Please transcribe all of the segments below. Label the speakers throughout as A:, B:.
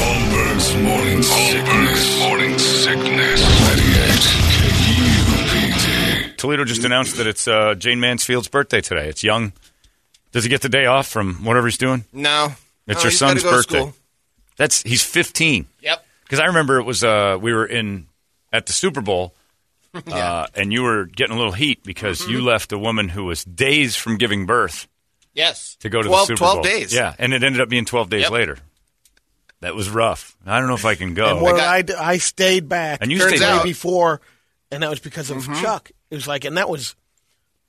A: Morning's morning sickness. Morning sickness. 98 KUPD.
B: Toledo just announced that it's uh, Jane Mansfield's birthday today. It's young. Does he get the day off from whatever he's doing?
C: No.
B: It's
C: No,
B: your
C: he's gotta
B: son's
C: go to
B: birthday.
C: school.
B: That's he's 15.
C: Yep.
B: Because I remember it was uh, we were in at the Super Bowl, uh, and you were getting a little heat because
D: Mm-hmm.
B: you left a woman who was days from giving birth
E: Yes.
B: to go to
C: 12
B: the Super
C: 12
B: Bowl.
C: days.
B: Yeah, and it ended up being 12 days
E: Yep.
B: later. That was rough. I don't know if I can go.
D: And what I, d- I stayed back.
B: Oh. And you
D: the
B: stayed
D: day
B: back.
D: before, and that was because of
C: Mm-hmm.
D: Chuck. It was like, and that was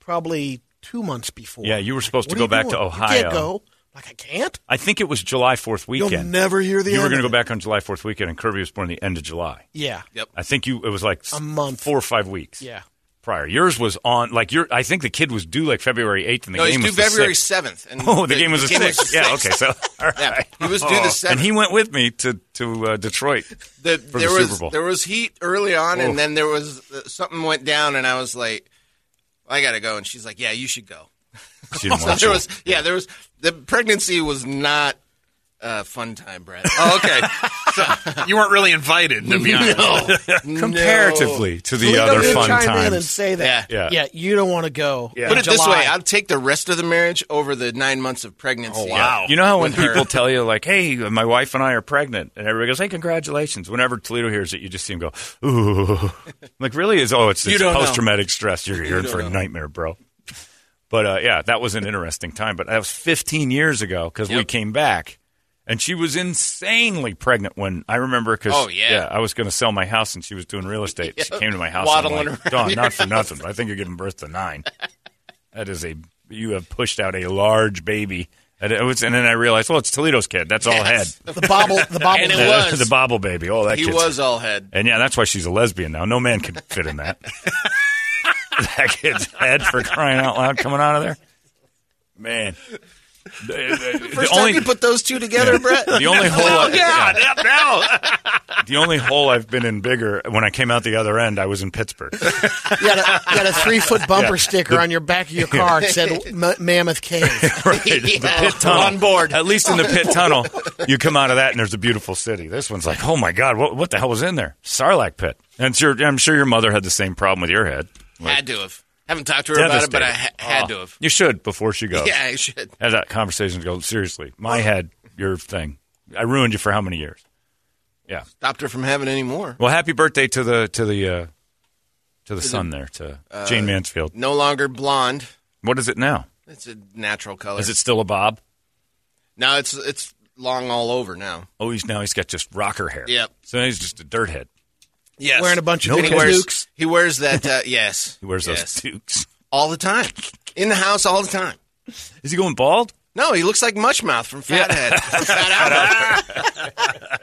D: probably two months before.
B: Yeah, you were supposed to
D: What are
B: go
D: you
B: back to
D: doing?
B: Ohio.
D: You can't go. Like I can't.
B: I think it was July 4th
D: You'll
B: weekend.
D: never hear the.
B: you
D: end
B: were going
D: of
B: to
D: it.
B: go back on July 4th weekend, and Kirby was born the end of July.
D: Yeah.
C: Yep.
B: I think you it was like s-
D: A month.
B: four or five weeks.
D: Yeah.
B: prior. Yours was on like your. I think the kid was due like February eighth, and the
C: No, he's
B: game
C: due
B: was the
C: February
B: 6th.
C: seventh. And
B: Oh, the, game was the sixth.
C: sixth.
B: Yeah, okay, so all right.
C: Yeah, he was due the
B: Oh.
C: seventh.
B: and he went with me to to uh, Detroit.
C: The,
B: the
C: there was
B: Super Bowl.
C: there was heat early on,
B: Oh.
C: and then there was uh, something went down, and I was like, I gotta go, and she's like, Yeah, you should go.
B: She didn't
C: So
B: want
C: there
B: to.
C: was yeah, there was the pregnancy was not uh, fun time, Brett. Oh, okay,
E: You weren't really invited, to be honest.
B: comparatively to the
D: Toledo
B: other
D: did
B: fun
D: chime in and
B: times.
D: say that.
B: Yeah. Yeah.
D: Yeah. You don't want to go.
B: Yeah.
C: Put it this
D: July.
C: way: I'd take the rest of the marriage over the nine months of pregnancy.
E: Oh, wow.
B: You know how when
C: With her.
B: people tell you like, "Hey, my wife and I are pregnant," and everybody goes, "Hey, congratulations!" Whenever Toledo hears it, you just see him go, "Ooh!" like really is oh, it's,
C: You
B: it's
C: don't know.
B: post traumatic stress. You're, you're in
C: don't
B: for a
C: know.
B: nightmare, bro. But uh, yeah, that was an interesting time. But that was 15 years ago because we
C: Yep.
B: came back, and she was insanely pregnant when I remember because
C: Oh, yeah.
B: I was going to sell my house and she was doing real estate. She came to my house,
C: Waddling
B: and I'm like,
C: around
B: Dawn,
C: your
B: not for nothing, but I think you're giving birth to nine. That is a you have pushed out a large baby. And, it was, and then I realized, well, it's Toledo's kid. That's all
C: Yes.
B: head.
D: The bobble. The bobble.
C: And it
B: The-
D: man.
C: was.
B: the bobble baby. Oh, that
C: He
B: kid's-
C: was all head.
B: And yeah, that's why she's a lesbian now. No man can fit in that. that kid's head for crying out loud coming out of there. Man. The, the- the
C: First time
B: only
C: you put those two together, Brett.
B: the only hole
E: Oh,
B: I,
E: yeah. yeah. Now.
B: the only hole I've been in bigger when I came out the other end I was in Pittsburgh.
D: You had a, you had a three foot bumper
B: Yeah.
D: sticker on your back of your car that said M- Mammoth Cave.
B: right. The
C: Yeah.
B: pit tunnel.
C: On board.
B: At least in the pit tunnel, you come out of that and there's a beautiful city. This one's like, oh my God, what, what the hell was in there? Sarlacc pit. And it's your, I'm sure your mother had the same problem with your head.
C: had to have. Haven't talked to her about it, but I ha-
B: Devastated.
C: had
B: Oh,
C: to have.
B: You should before she goes.
C: Yeah, I should.
B: Have that conversation and go, seriously, my head, your thing. I ruined you for how many years? Yeah.
C: Stopped her from having any more.
B: Well, happy birthday to the, to the, uh, to the son there, to
C: uh,
B: Jane Mansfield.
C: No longer blonde.
B: What is it now?
C: It's a natural color.
B: Is it still a bob?
C: No, it's it's long all over now.
B: Oh, he's now he's got just rocker hair.
C: Yep.
B: So now he's just a dirt head.
C: Yes.
D: Wearing a bunch of
C: And
D: big
C: he wears,
D: dukes.
C: He wears that. Uh, yes.
B: He wears
C: Yes.
B: those dukes.
C: all the time in the house all the time.
B: Is he going bald?
C: No, he looks like Mushmouth from Fathead. From Fat Albert.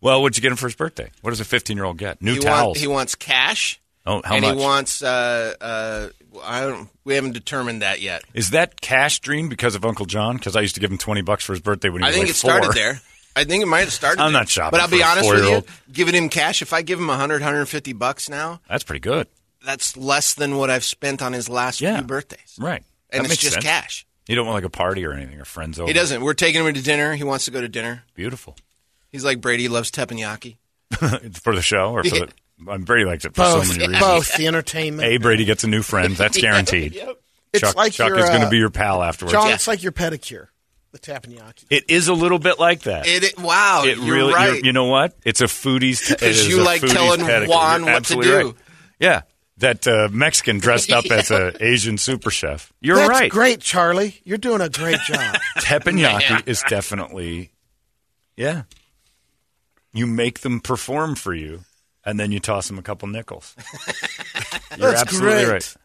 B: Well, what'd you get him for his birthday? What does a 15 year old get? New
C: he,
B: towels.
C: want, he wants cash.
B: Oh, how
C: and
B: much?
C: he wants. Uh, uh, I don't. We haven't determined that yet.
B: Is that cash dream because of Uncle John? Because I used to give him 20 bucks for his birthday when he
C: I
B: was
C: think
B: like
C: it started
B: four.
C: there. I think it might have started.
B: I'm
C: there.
B: not shopping
C: But I'll
B: for
C: be
B: a
C: honest with you,
B: four-year-old.
C: giving him cash. If I give him 100, 150 bucks now,
B: That's pretty good.
C: that's less than what I've spent on his last
B: Yeah.
C: few birthdays.
B: Right. That
C: And it's
B: makes
C: just
B: sense.
C: cash.
B: You don't want like a party or anything or friends over.
C: He doesn't. We're taking him to dinner. He wants to go to dinner.
B: Beautiful.
C: He's like Brady loves teppanyaki.
B: for the show or for
C: Yeah.
B: the. Um, Brady likes it for
D: Both,
B: so many reasons.
D: both the entertainment.
B: A, Brady gets a new friend. That's guaranteed.
D: It's
B: Chuck,
D: like
B: Chuck
D: your,
B: is going to
D: uh,
B: be your pal afterwards.
D: John,
C: Yeah.
D: it's like your pedicure, the teppanyaki.
B: It is a little bit like that.
C: It, it- wow,
B: It
C: you're
B: really,
C: right.
B: you're- you know what? It's a foodie's. T- it
C: Because
B: is
C: you
B: a
C: like
B: foodie's
C: telling
B: pedicure.
C: Juan
B: You're
C: what to
B: absolutely
C: do.
B: right. Yeah, that uh, Mexican dressed up as an Asian super chef. You're
D: That's
B: right.
D: great, Charlie. You're doing a great job.
B: Teppanyaki is definitely, yeah. You make them perform for you, and then you toss them a couple nickels. You're
D: That's
B: absolutely
D: great.
B: right.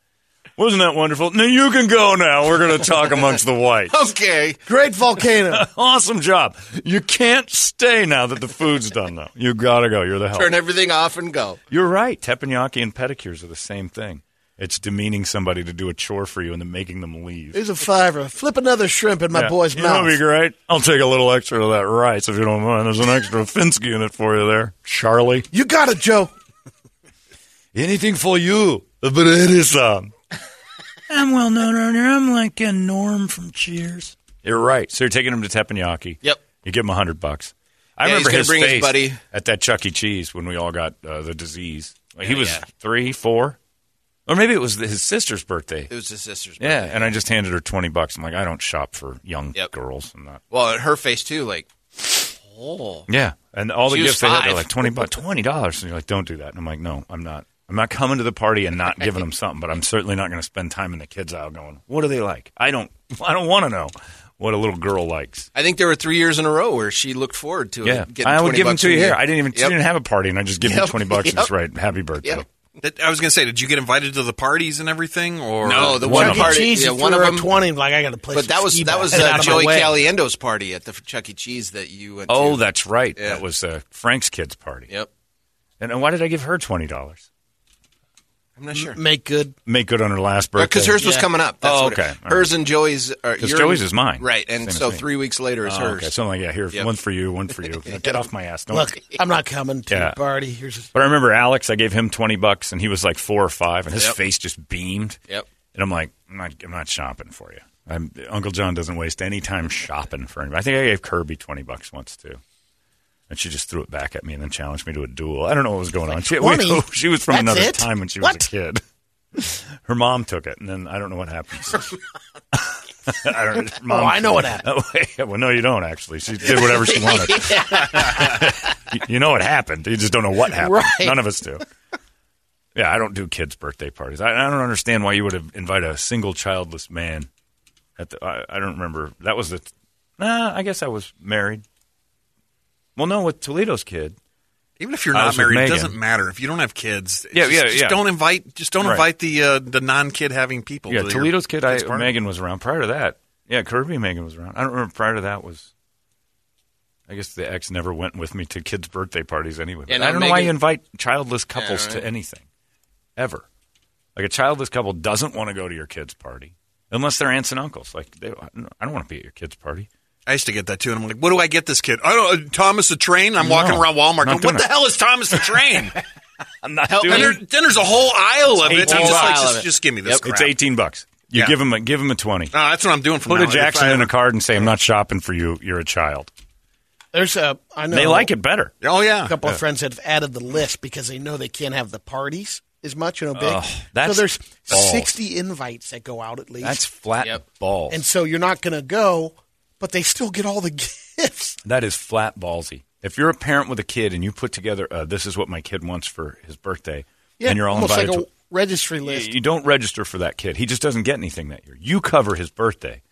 B: Wasn't that wonderful? Now you can go now. We're going to talk amongst the whites.
C: okay.
D: Great volcano.
B: Awesome job. You can't stay now that the food's done, though. You got to go. You're the help.
C: Turn everything off and go.
B: You're right. Teppanyaki and pedicures are the same thing. It's demeaning somebody to do a chore for you and then making them leave.
D: Here's a fiver. Flip another shrimp in my
B: Yeah.
D: boy's
B: you know
D: mouth.
B: what'd be great. I'll take a little extra of that rice if you don't mind. There's an extra Finsky unit for you there, Charlie.
D: You got it, Joe.
B: Anything for you, but it is um. I'm well known around here. I'm like a Norm from Cheers. You're right. So you're taking him to teppanyaki.
C: Yep.
B: You give him a hundred bucks. I
C: Yeah,
B: remember
C: he's gonna
B: his
C: bring his
B: face
C: buddy.
B: at that Chuck E. Cheese when we all got uh, the disease. Like he
C: Yeah,
B: was
C: yeah.
B: three, four, or maybe it was his sister's birthday.
C: It was his sister's.
B: Yeah,
C: birthday.
B: and I just handed her twenty bucks. I'm like, I don't shop for young
C: Yep.
B: girls. I'm not.
C: Well, and her face too. Like, oh,
B: Yeah, and all the
C: She was
B: gifts they had, they're
C: five.
B: like twenty bucks, twenty dollars, and you're like, don't do that. And I'm like, no, I'm not. I'm not coming to the party and not giving them something, but I'm certainly not going to spend time in the kids aisle going, what are they like? I don't, I don't want to know what a little girl likes.
C: I think there were three years in a row where she looked forward to
B: Yeah,
C: it. getting
B: I would
C: 20
B: give them
C: bucks
B: to
C: from
B: you
C: you.
B: here. I didn't even she
C: Yep.
B: didn't have a party, and I just give them
C: Yep.
B: twenty bucks. And
C: Yep.
B: it's right, happy birthday.
C: Yep.
E: That, I was going to say, did you get invited to the parties and everything? Or
C: No, the
B: One of
C: one
D: Chuck E.
B: them.
C: party.
D: Cheese,
C: yeah,
D: you
C: one of
D: threw her
C: them.
D: 20, like, I got to play
C: But that was
D: ski
C: that was
D: ball. Get
C: uh,
D: out of my
C: Joey
D: way.
C: Caliendo's party at the Chuck E. Cheese that you went.
B: Oh,
C: to.
B: that's right.
C: Yeah.
B: That was uh, Frank's kids' party.
C: Yep.
B: And, and why did I give her twenty dollars?
C: I'm
B: Mm-hmm.
C: not sure
D: Make good.
B: Make good on her last birthday.
C: because Uh, hers was coming up. That's
B: Oh,
C: what it-
B: okay. All
C: hers and Joey's. Because
B: 'Cause Joey's is mine.
C: Right, and
B: Same as
C: so
B: me.
C: three weeks later is
B: Oh,
C: hers.
B: okay, so I'm like, yeah, here,
C: Yep.
B: one for you, one for you. Now Get off my ass! Don't
D: Look, I'm not coming to
B: Yeah.
D: your party. Here's
B: But I remember Alex, I gave him 20 bucks and he was like four or five and his
C: Yep.
B: face just beamed.
C: Yep.
B: And I'm like, I'm not, I'm not shopping for you. I'm, Uncle John doesn't waste any time shopping for anybody. I think I gave Kirby 20 bucks once too. And she just threw it back at me and then challenged me to a duel. I don't know what was going on. She,
D: 20?
B: she was from
D: That's
B: another
D: it?
B: time when she
D: What?
B: was a kid. Her mom took it, and then I don't know what happened. I don't. Mom,
D: Oh, I know what happened.
B: well, no, you don't actually. She did whatever she wanted. You- you know what happened. You just don't know what happened.
D: Right.
B: None of us do. Yeah, I don't do kids' birthday parties. I, I don't understand why you would have invite a single childless man. At the, I, I don't remember. That was the. Nah, I guess I was married. Well, no, with Toledo's kid.
E: even if you're
B: I
E: not
B: was with
E: married, it
B: Oh, Megan.
E: doesn't matter if you don't have kids.
B: Yeah,
E: just,
B: yeah,
E: just
B: yeah.
E: Don't invite. Just don't
B: Right.
E: invite the uh, the non kid having people.
B: Yeah,
E: to your
B: Toledo's kid. I
E: kid's party.
B: Megan was around prior to that. Yeah, Kirby and Megan was around. I don't remember prior to that was. I guess the ex never went with me to kids' birthday parties anyway.
C: Yeah,
B: But
C: no,
B: I don't know why
C: Megan-
B: you invite childless couples
C: right.
B: to anything, ever. Like a childless couple doesn't want to go to your kids' party unless they're aunts and uncles. Like they, I don't want to be at your kids' party.
E: I used to get that too, and I'm like, "What do I get this kid? I don't. uh, Thomas the Train. I'm walking
B: No,
E: around
B: not
E: Walmart. Going, what
B: doing
E: the
B: it.
E: hell is Thomas the Train?
B: I'm not
E: and there, then there's a whole aisle of it.
B: It's
E: I'm
B: a
E: just
B: whole
E: like,
C: aisle of
E: just,
C: it.
E: just give me this. Crap.
B: It's eighteen bucks. You
E: Yeah.
B: give him a give him a twenty.
E: No, that's what I'm doing. From
B: Put
E: now
B: a
E: on. If
B: Jackson
E: I-
B: in a card and say, "I'm not shopping for you. You're a child."
D: there's a I know
B: They like it better.
E: Oh yeah.
D: A couple of friends have added the list because they know they can't have the parties as much. You know, big.
B: Ugh, that's
D: so there's
B: balls.
D: sixty invites that go out at least.
B: That's flat
C: Yep.
B: balls.
D: and so you're not going to go, but they still get all the gifts.
B: That is flat ballsy. If you're a parent with a kid and you put together, uh, this is what my kid wants for his birthday, and you're all
D: almost
B: invited
D: like a
B: to.
D: registry list.
B: You don't register for that kid. He just doesn't get anything that year. You cover his birthday.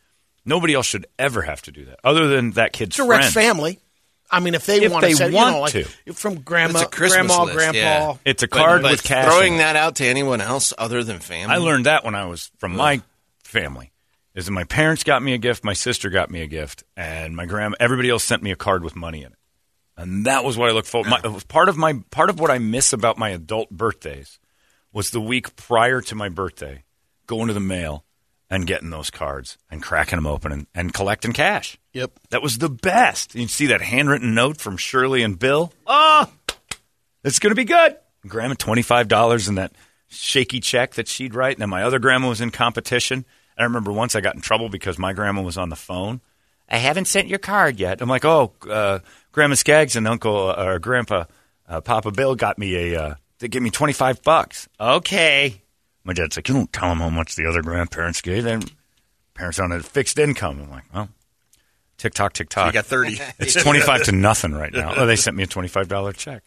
B: Nobody else should ever have to do that, other than that kid's
D: direct
B: friend.
D: family. I mean, if they
B: If
D: want
B: they
D: to, say,
B: want
D: you know, like,
B: to.
D: from grandma,
C: It's a Christmas
D: grandma,
C: list,
D: grandpa.
C: yeah.
B: It's a
C: But-
B: card
C: but
B: with cash. in
C: Throwing
B: it.
C: that out to anyone else other than family.
B: I learned that when I was from my family. Is that my parents got me a gift, my sister got me a gift, and my grandma. Everybody else sent me a card with money in it, and that was what I looked for. My, it was part of my part of what I miss about my adult birthdays was the week prior to my birthday, going to the mail and getting those cards and cracking them open and, and collecting cash.
D: Yep.
B: That was the best. You'd see that handwritten note from Shirley and Bill. Oh, it's going to be good. Grandma, $25 in that shaky check that she'd write. And then my other grandma was in competition. And I remember once I got in trouble because my grandma was on the phone. I haven't sent your card yet. I'm like, oh, uh, Grandma Skaggs and Uncle uh, or Grandpa uh, Papa Bill got me a, uh, they gave me 25 bucks. Okay. My dad's like, you don't tell them how much the other grandparents gave. Their parents on a fixed income. I'm like, well, tick tock, tick tock.
E: You got thirty.
B: It's twenty five to nothing right now. Oh, they sent me a twenty five dollar check.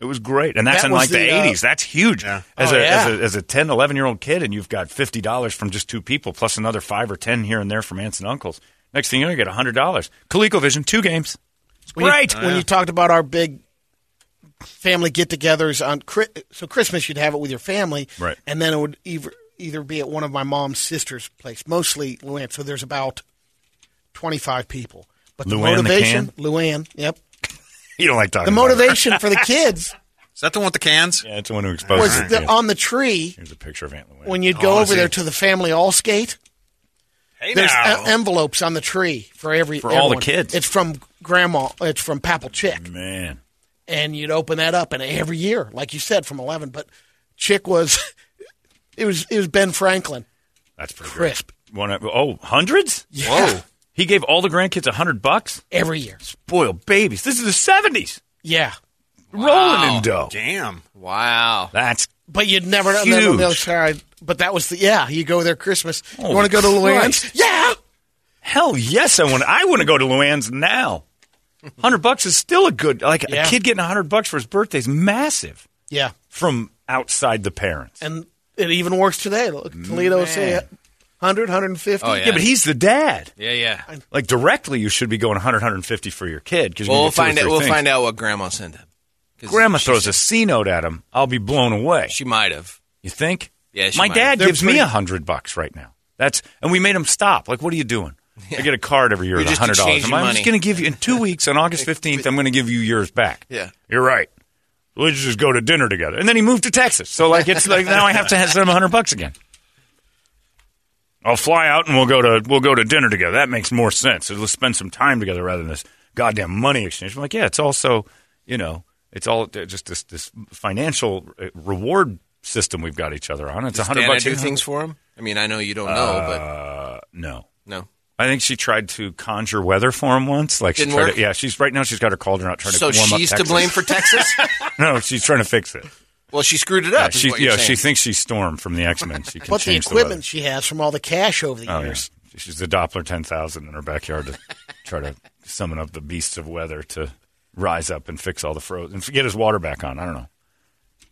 B: It was great, and that's
D: That
B: in
D: was
B: like the
D: the, uh,
B: eighties. that's huge.
E: Yeah.
B: As,
D: Oh,
B: a,
D: yeah.
B: as a as a 10, 11 year old kid, and you've got fifty dollars from just two people, plus another five or ten here and there from aunts and uncles. Next thing you know, you get hundred dollars. ColecoVision, two games. It's
D: When you-
B: great.
D: When you talked about our big family get-togethers on Chri- so Christmas, you'd have it with your family,
B: Right.
D: And then it would either either be at one of my mom's sisters' place, mostly Luann. So there's about twenty-five people. But the
B: Luann the
D: motivation, Luann, yep.
B: You don't like talking.
D: The
B: about it.
D: motivation for the kids
E: Is that the one with the cans?
B: Yeah, it's the one who exposes.
D: was
B: it to
D: the,
B: you.
D: on the tree
B: Here's a picture of Aunt Luann.
D: when you'd go
E: Oh, I
D: over
E: see.
D: there to the family all skate.
E: Hey
D: There's
E: now.
D: en- envelopes on the tree for every
B: For all the
D: everyone.
B: kids.
D: It's from grandma. It's from Papal Chick,
B: Man,
D: and you'd open that up, and every year, like you said, from eleven. But Chick was, it was it was Ben Franklin
B: that's pretty
D: crisp.
B: Great. One, oh, hundreds?
D: Yeah.
E: Whoa.
B: He gave all the grandkids a hundred bucks.
D: every year.
B: Boy, oh, babies. This is the seventies.
D: Yeah,
B: Rolling in dough.
E: Damn.
C: Wow.
B: That's
D: but you'd never know. and then on
B: Huge.
D: the other side, but that was the yeah. You go there Christmas.
B: Oh,
D: you want to go to
B: Christ.
D: Luann's? Yeah.
B: hell yes. I want. I want to go to Luann's now. Hundred bucks is still a good. Like a
D: Yeah.
B: kid getting hundred bucks for his birthday is massive
D: Yeah,
B: from outside the parents.
D: and it even works today. Look, Toledo say 100, 150.
C: Oh, yeah.
B: yeah, but he's the dad.
C: Yeah, yeah.
B: Like directly, you should be going 100, 150 for your kid. 'cause you're gonna get two
C: Well, we'll
B: or
C: find out.
B: three
C: We'll
B: things.
C: find out what Grandma sent him. 'Cause
B: Grandma
C: she
B: throws
C: said-
B: a C note at him. I'll be blown away.
C: She might have.
B: You think?
C: Yeah, she
B: My
C: might.
B: dad
D: They're
B: gives me
D: pretty-
B: a hundred bucks right now. That's and we made him stop. Like, what are you doing? I get a card every year with
C: You're
B: a
C: just
B: hundred dollars.
C: exchanging
B: I'm like, I'm just
C: money.
B: going to give you in two weeks on August fifteenth. I'm going to give you yours back.
C: Yeah.
B: you're right. Let's just go to dinner together. And then he moved to Texas. So like, it's like now I have to send him a hundred bucks again. I'll fly out and we'll go to we'll go to dinner together. That makes more sense. Let's spend some time together rather than this goddamn money exchange. I'm like, yeah, it's also you know, it's all uh, just this this financial uh, reward system we've got each other on. It's a
C: Does
B: hundred
C: Dana
B: bucks.
C: do
B: here.
C: things for him? I mean, I know you don't know, but
B: Uh, No,
C: no.
B: I think she tried to conjure weather for him once. Like she
C: Didn't
B: tried
C: work?
B: To, yeah, she's right now she's got her cauldron out trying
C: So
B: to warm up.
C: she's to
B: Texas.
C: blame for Texas?
B: no, she's trying to fix it.
C: well, she screwed it up. is
B: she
C: what you're
B: yeah, she
C: saying.
B: thinks she's Storm from the X Men. She can
D: But the
B: change
D: equipment
B: The
D: she has from all the cash over the
B: weather. oh, yeah.
D: years.
B: She's the Doppler ten thousand in her backyard to try to summon up the beasts of weather to rise up and fix all the frozen and get his water back on. I don't know.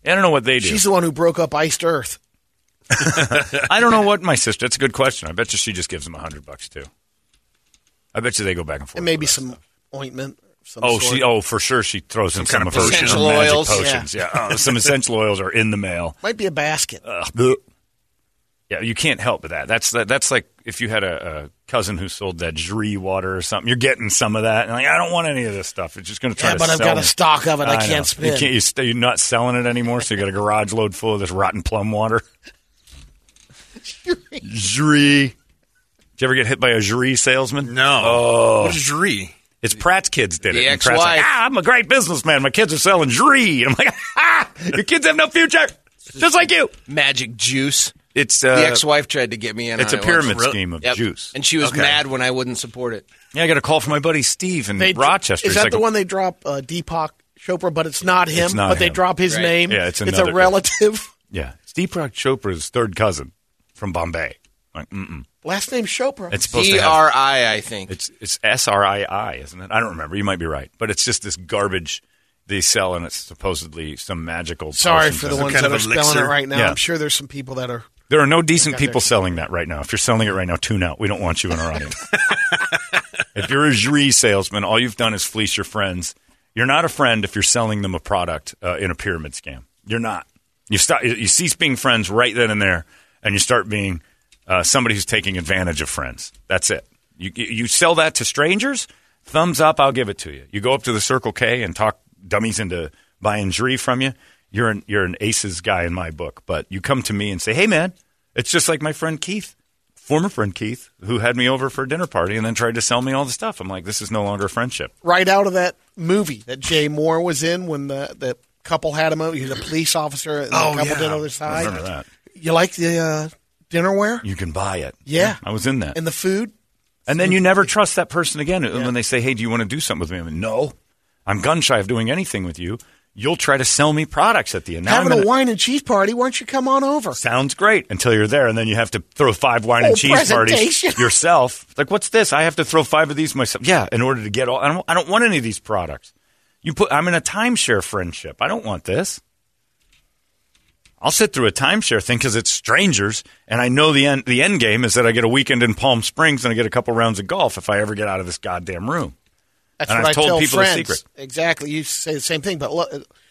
B: I don't know what they do.
D: She's the one who broke up Iced Earth.
B: I don't know what my sister. That's a good question. I bet you she just gives him a hundred bucks too. I bet you they go back and forth.
D: And maybe
B: with that
D: some ointment. of Some
B: Oh,
D: sort.
B: she. Oh, for sure, she throws in some
E: kind
B: of
E: of
B: her
E: potion.
B: her
C: Essential
B: magic
C: oils.
B: potions. Yeah, Oh, some essential oils are in the mail.
D: Might be a basket.
B: Ugh. Blech. Yeah, you can't help but that. That's that, that's like if you had a, a cousin who sold that Dree water or something. You're getting some of that, and like I don't want any of this stuff. It's just going to try
D: yeah,
B: to.
D: but I've
B: sell
D: got a
B: me.
D: stock of it. I,
B: know.
D: can't spend.
B: You can't. You st- you're not selling it anymore, so you got a garage load full of this rotten plum water. Dree. Did you ever get hit by a Dree salesman?
E: No. Oh. What is Dree?
B: It's Pratt's kids did it.
C: The
B: And Pratt's like,
C: ex-wife.
B: ah, I'm a great businessman. My kids are selling dree. And I'm like, ah, your kids have no future. Just like you.
C: magic juice.
B: It's uh,
C: The ex-wife tried to get me in.
B: It's
C: on
B: a
C: it
B: pyramid
C: once.
B: scheme of
C: Yep.
B: juice.
C: and she was mad when I wouldn't support it.
B: Yeah, I got a call from my buddy Steve in
D: They-
B: Rochester.
D: Is
B: He's
D: that
B: like,
D: the one they drop uh, Deepak Chopra? But it's not him.
B: It's not
D: but they
B: him.
D: drop his
C: Right.
D: name.
B: Yeah, it's
D: a
B: another-
D: relative.
B: Yeah, it's Deepak Chopra's third cousin from Bombay. Like, mm-mm.
D: Last name Chopra.
B: It's supposed
C: D
B: to have.
C: R I, I think.
B: It's it's S R I I, isn't it? I don't remember. You might be right, but it's just this garbage they sell, and it's supposedly some magical.
D: Sorry
B: potion
D: for
B: to-
D: the ones
E: kind
D: that
E: of
D: are spelling it
E: elixir.
D: right now.
B: Yeah.
D: I'm sure there's some people that are.
B: There are no decent people selling that right now. If you're selling it right now, tune out. We don't want you in our audience. if you're a Jury salesman, all you've done is fleece your friends. You're not a friend if you're selling them a product uh, in a pyramid scam. You're not. You stop. You cease being friends right then and there, and you start being uh, somebody who's taking advantage of friends. That's it. You you sell that to strangers. Thumbs up. I'll give it to you. You go up to the Circle K and talk dummies into buying Jury from you. You're an you're an aces guy in my book. But you come to me and say, "Hey, man, it's just like my friend Keith." former friend Keith, who had me over for a dinner party and then tried to sell me all the stuff. I'm like, this is no longer a friendship.
D: right out of that movie that Jay Moore was in when the, the couple had him over. He was a police officer, and the
E: Oh,
D: couple
E: yeah.
D: did other side.
B: Remember that.
D: You like the uh, dinnerware
B: You can buy it.
D: Yeah.
B: I was in that.
D: and
B: And,
D: the food?
B: then you never trust that person again. And when they say, hey, do you want to do something with me? I'm like, no. I'm gun shy of doing anything with you. You'll try to sell me products at the end. Now I'm
D: Having
B: in
D: a wine and cheese party. Why don't you come on over?
B: Sounds great until you're there, and then you have to throw five wine and
D: Whole
B: cheese parties
D: presentation.
B: yourself. It's Like, what's this? I have to throw five of these myself. Yeah, in order to get all. I don't, I don't want any of these products. You put. I'm in a timeshare friendship. I don't want this. I'll sit through a timeshare thing because it's strangers, and I know the end. The end game is that I get a weekend in Palm Springs and I get a couple rounds of golf if I ever get out of this goddamn room.
D: That's
B: And
D: what
B: I've
D: I
B: told
D: tell
B: people the
D: friends.
B: secret.
D: Exactly. You say the same thing, but look,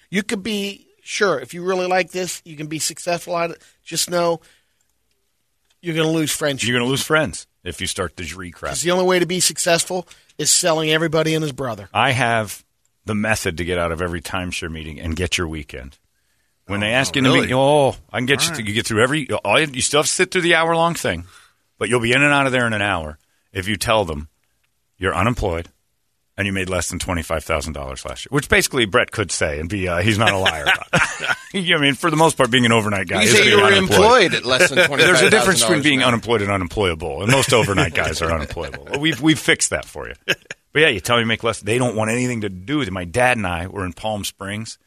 D: you could be sure if you really like this, you can be successful at it. Just know you're going to lose friendship.
B: You're going to lose friends if you start the jury crap.
D: 'Cause the only way to be successful is selling everybody and his brother.
B: I have the method to get out of every timeshare meeting and get your weekend. When they ask you to
E: really?
B: meet, oh, I can get you. To, you get through every. All you, you still have to sit through the hour long thing, but you'll be in and out of there in an hour if you tell them you're unemployed and you made less than twenty five thousand dollars last year, which basically Brett could say and be uh, he's not a liar. About. you know, what I mean, for the most part, being an overnight guy,
C: You
B: is
C: say
B: being
C: you were
B: unemployed.
C: employed at less than twenty.
B: There's a difference between being unemployed and unemployable, and most overnight guys are unemployable. We've we've fixed that for you. But yeah, you tell me you make less. They don't want anything to do with it. My dad and I were in Palm Springs.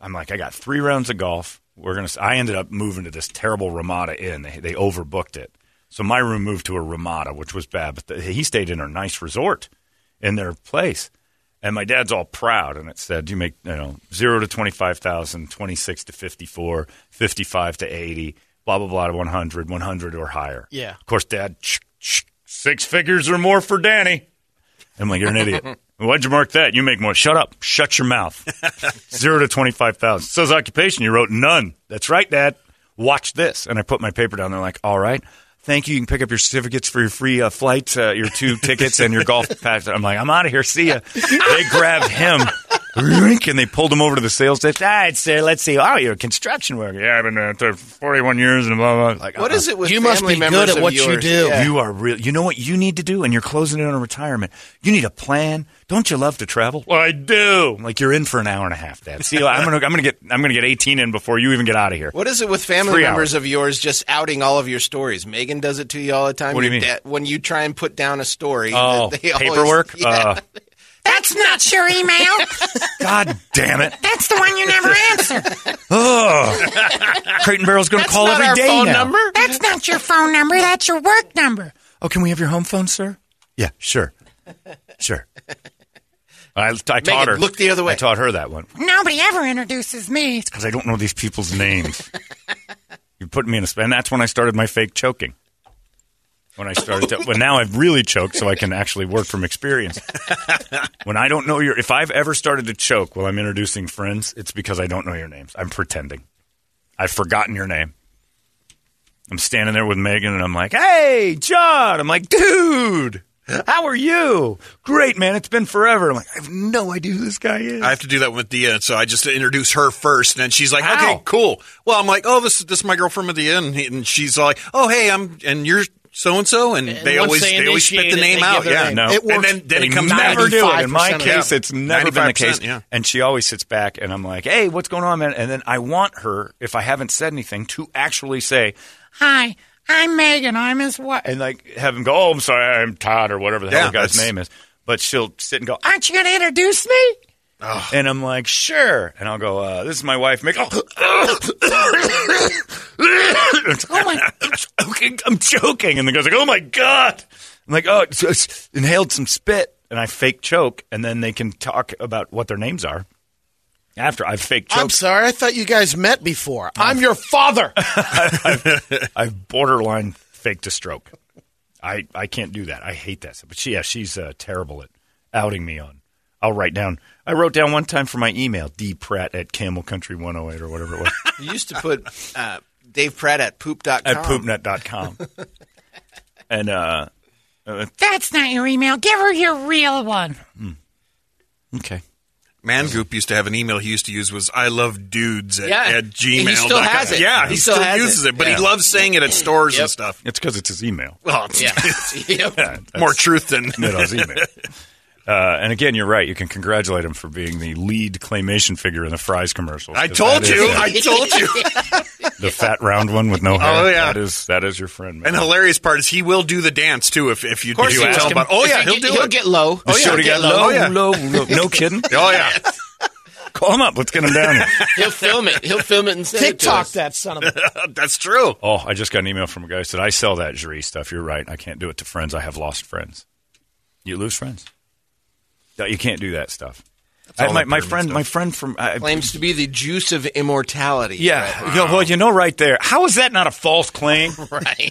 B: I'm like, I got three rounds of golf. We're gonna. I ended up moving to this terrible Ramada Inn. They, they overbooked it, so my room moved to a Ramada, which was bad. But the, he stayed in a nice resort in their place. And my dad's all proud, and it said, you make, you know, 0 to 25,000, 26 to 54, 55 to 80, blah, blah, blah to 100, 100 or higher.
D: Yeah.
B: Of course, dad, ch- ch- six figures or more for Danny. I'm like, you're an idiot. Why'd you mark that? You make more. Shut up. Shut your mouth. Zero to 25,000. It says occupation. You wrote none. That's right, Dad. Watch this. And I put my paper down there, like, all right, thank you. You can pick up your certificates for your free uh, flight, uh, your two tickets, and your golf pass. I'm like, I'm out of here. See ya. They grabbed him. Rink, and they pulled him over to the sales desk. All right, sir, let's see. Oh, you're a construction worker. Yeah, I've been uh, there for 41 years and blah, blah. Like,
C: What
B: uh-uh.
C: is it with
D: You must
C: family
D: be good
C: members
D: at
C: of
D: what you
C: yours?
D: do.
C: Yeah.
B: You are real. You know what you need to do, and you're closing in on retirement. You need a plan. Don't you love to travel? Well, I do. I'm like you're in for an hour and a half, Dad. See, I'm gonna, I'm gonna get, I'm gonna get 18 in before you even get out of here.
C: What is it with family
B: Three
C: members
B: hours.
C: of yours just outing all of your stories? Megan does it to you all the time.
B: What do you
C: Your
B: mean?
C: dad- when you try and put down a story,
B: Oh,
C: they always-
B: paperwork.
C: Yeah.
B: Uh,
F: That's not your email.
B: God damn it!
F: That's the one you never answer.
B: Crate and Barrel's gonna call
C: not
B: Uh, every
C: our
B: day
C: phone
B: now.
C: number.
F: That's not your phone number. That's your work number.
B: Oh, can we have your home phone, sir? Yeah, sure, sure. I, I taught
C: Megan,
B: her.
C: look the other way.
B: I taught her that one.
F: Nobody ever introduces me.
B: because I don't know these people's names. You're putting me in a spin. And that's when I started my fake choking. When I started to, well, now I've really choked so I can actually work from experience. when I don't know your, if I've ever started to choke while I'm introducing friends, it's because I don't know your names. I'm pretending. I've forgotten your name. I'm standing there with Megan and I'm like, hey, John. I'm like, dude, how are you? Great, man. It's been forever. I'm like, I have no idea who this guy is.
E: I have to do that with Dia, so I just introduce her first, and then she's like,
B: How?
E: "Okay, cool." Well, I'm like, "Oh, this this is my girlfriend at the end," and she's like, "Oh, hey, I'm and you're so and so," and they
D: once
E: always
D: they
E: they, always spit
D: initiate
E: the
D: it,
E: name
D: they
E: out.
D: give their
E: Yeah,
D: name.
B: No.
D: It
E: and
D: works.
E: then then
D: They
E: it comes
D: never
E: back.
B: never do it. In my
D: 95% of
B: case,
E: them.
B: it's never been the case.
E: 95%, yeah.
B: And she always sits back, and I'm like, "Hey, what's going on, man?" And then I want her, if I haven't said anything, to actually say
F: Hi, I'm Megan. I'm his wife.
B: and like have him go, "Oh, I'm sorry, I'm Todd," or whatever the hell
E: Yeah,
B: the guy's
E: that's-
B: name is. But she'll sit and go, "Ah,"
F: Aren't you going to introduce me?
B: and I'm like, "Sure," and I'll go, uh, "This is my wife, Mick." Oh,
F: Oh my!
B: I'm joking. I'm joking. And the guy's like, oh my God. I'm like, oh, it's- it's- inhaled some spit. And I fake choke. And then they can talk about what their names are after I've fake
D: I'm
B: choked.
D: sorry. I thought you guys met before.
B: Oh.
D: I'm your father.
B: I've borderline faked a stroke. I, I can't do that. I hate that. But she, yeah, she's uh, terrible at outing me on. I'll write down. I wrote down one time for my email, dpratt at camel country 108 or whatever it was.
C: You used to put uh, Dave Pratt at poop.com.
B: at poopnet.com. and uh,
F: That's not your email. Give her your real one.
B: okay.
E: Man Goop used to have an email he used to use was I love dudes at,
C: Yeah.
E: at
C: And he
E: gmail.
C: still has it.
E: Yeah, he,
C: He
E: still,
C: still has
E: uses it,
C: it.
E: but
C: Yeah.
E: he loves saying it at stores
C: Yep.
E: and stuff.
B: It's because it's his email.
E: Well,
C: Yeah. Yep.
E: more truth than
B: Middle's email. Uh, and again, you're right. You can congratulate him for being the lead claymation figure in the fries commercials.
E: I told
B: That is
E: you.
B: it.
E: I told you.
B: the fat round one with no hair.
E: Oh, yeah.
B: that is that is your friend. Man.
E: And the hilarious part is he will do the dance too if if you,
C: course
E: if you
C: he
E: tell
C: will.
E: him about. Oh yeah,
C: If you
E: he'll
C: get-
E: do
C: he'll
E: it.
C: get low.
B: the
C: Oh, yeah,
B: shorty got
C: get
B: low,
E: Oh, yeah.
B: low, low. No kidding.
E: Oh yeah.
B: Call him up. Let's get him down here.
G: He'll film it. He'll film it and send it to
D: TikTok
G: us.
D: that son of a.
E: That's true.
B: Oh, I just got an email from a guy who said I sell that jury stuff. You're right. I can't do it to friends. I have lost friends. You lose friends. No, you can't do that stuff. I-
E: all
B: my,
E: that
B: my
E: pyramid
B: friend,
E: stuff.
B: my friend from I,
C: Claims to be the juice of immortality.
B: yeah. You know, well, you know, right there. How is that not a false claim?
C: Right.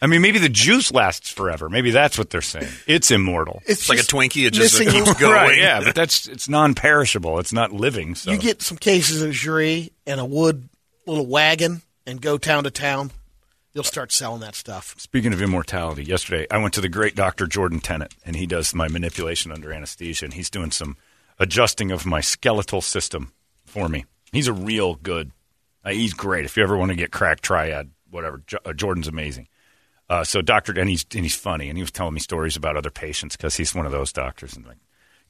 B: I mean, maybe the juice lasts forever. Maybe that's what they're saying. It's immortal.
D: It's,
E: like a
D: just
E: Twinkie, it just
D: missing-
E: keeps going.
B: Right, yeah, but that's it's non-perishable. It's not living. So
D: You get some cases of Jury and a wood little wagon and go town to town. You'll start selling that stuff.
B: Speaking of immortality, yesterday I went to the great Dr. Jordan Tennant, and he does my manipulation under anesthesia, and he's doing some adjusting of my skeletal system for me. He's a real good, uh, he's great. If you ever want to get crack triad, whatever, J- uh, Jordan's amazing. Uh, so Dr. and he's and he's funny, and he was telling me stories about other patients because he's one of those doctors, and like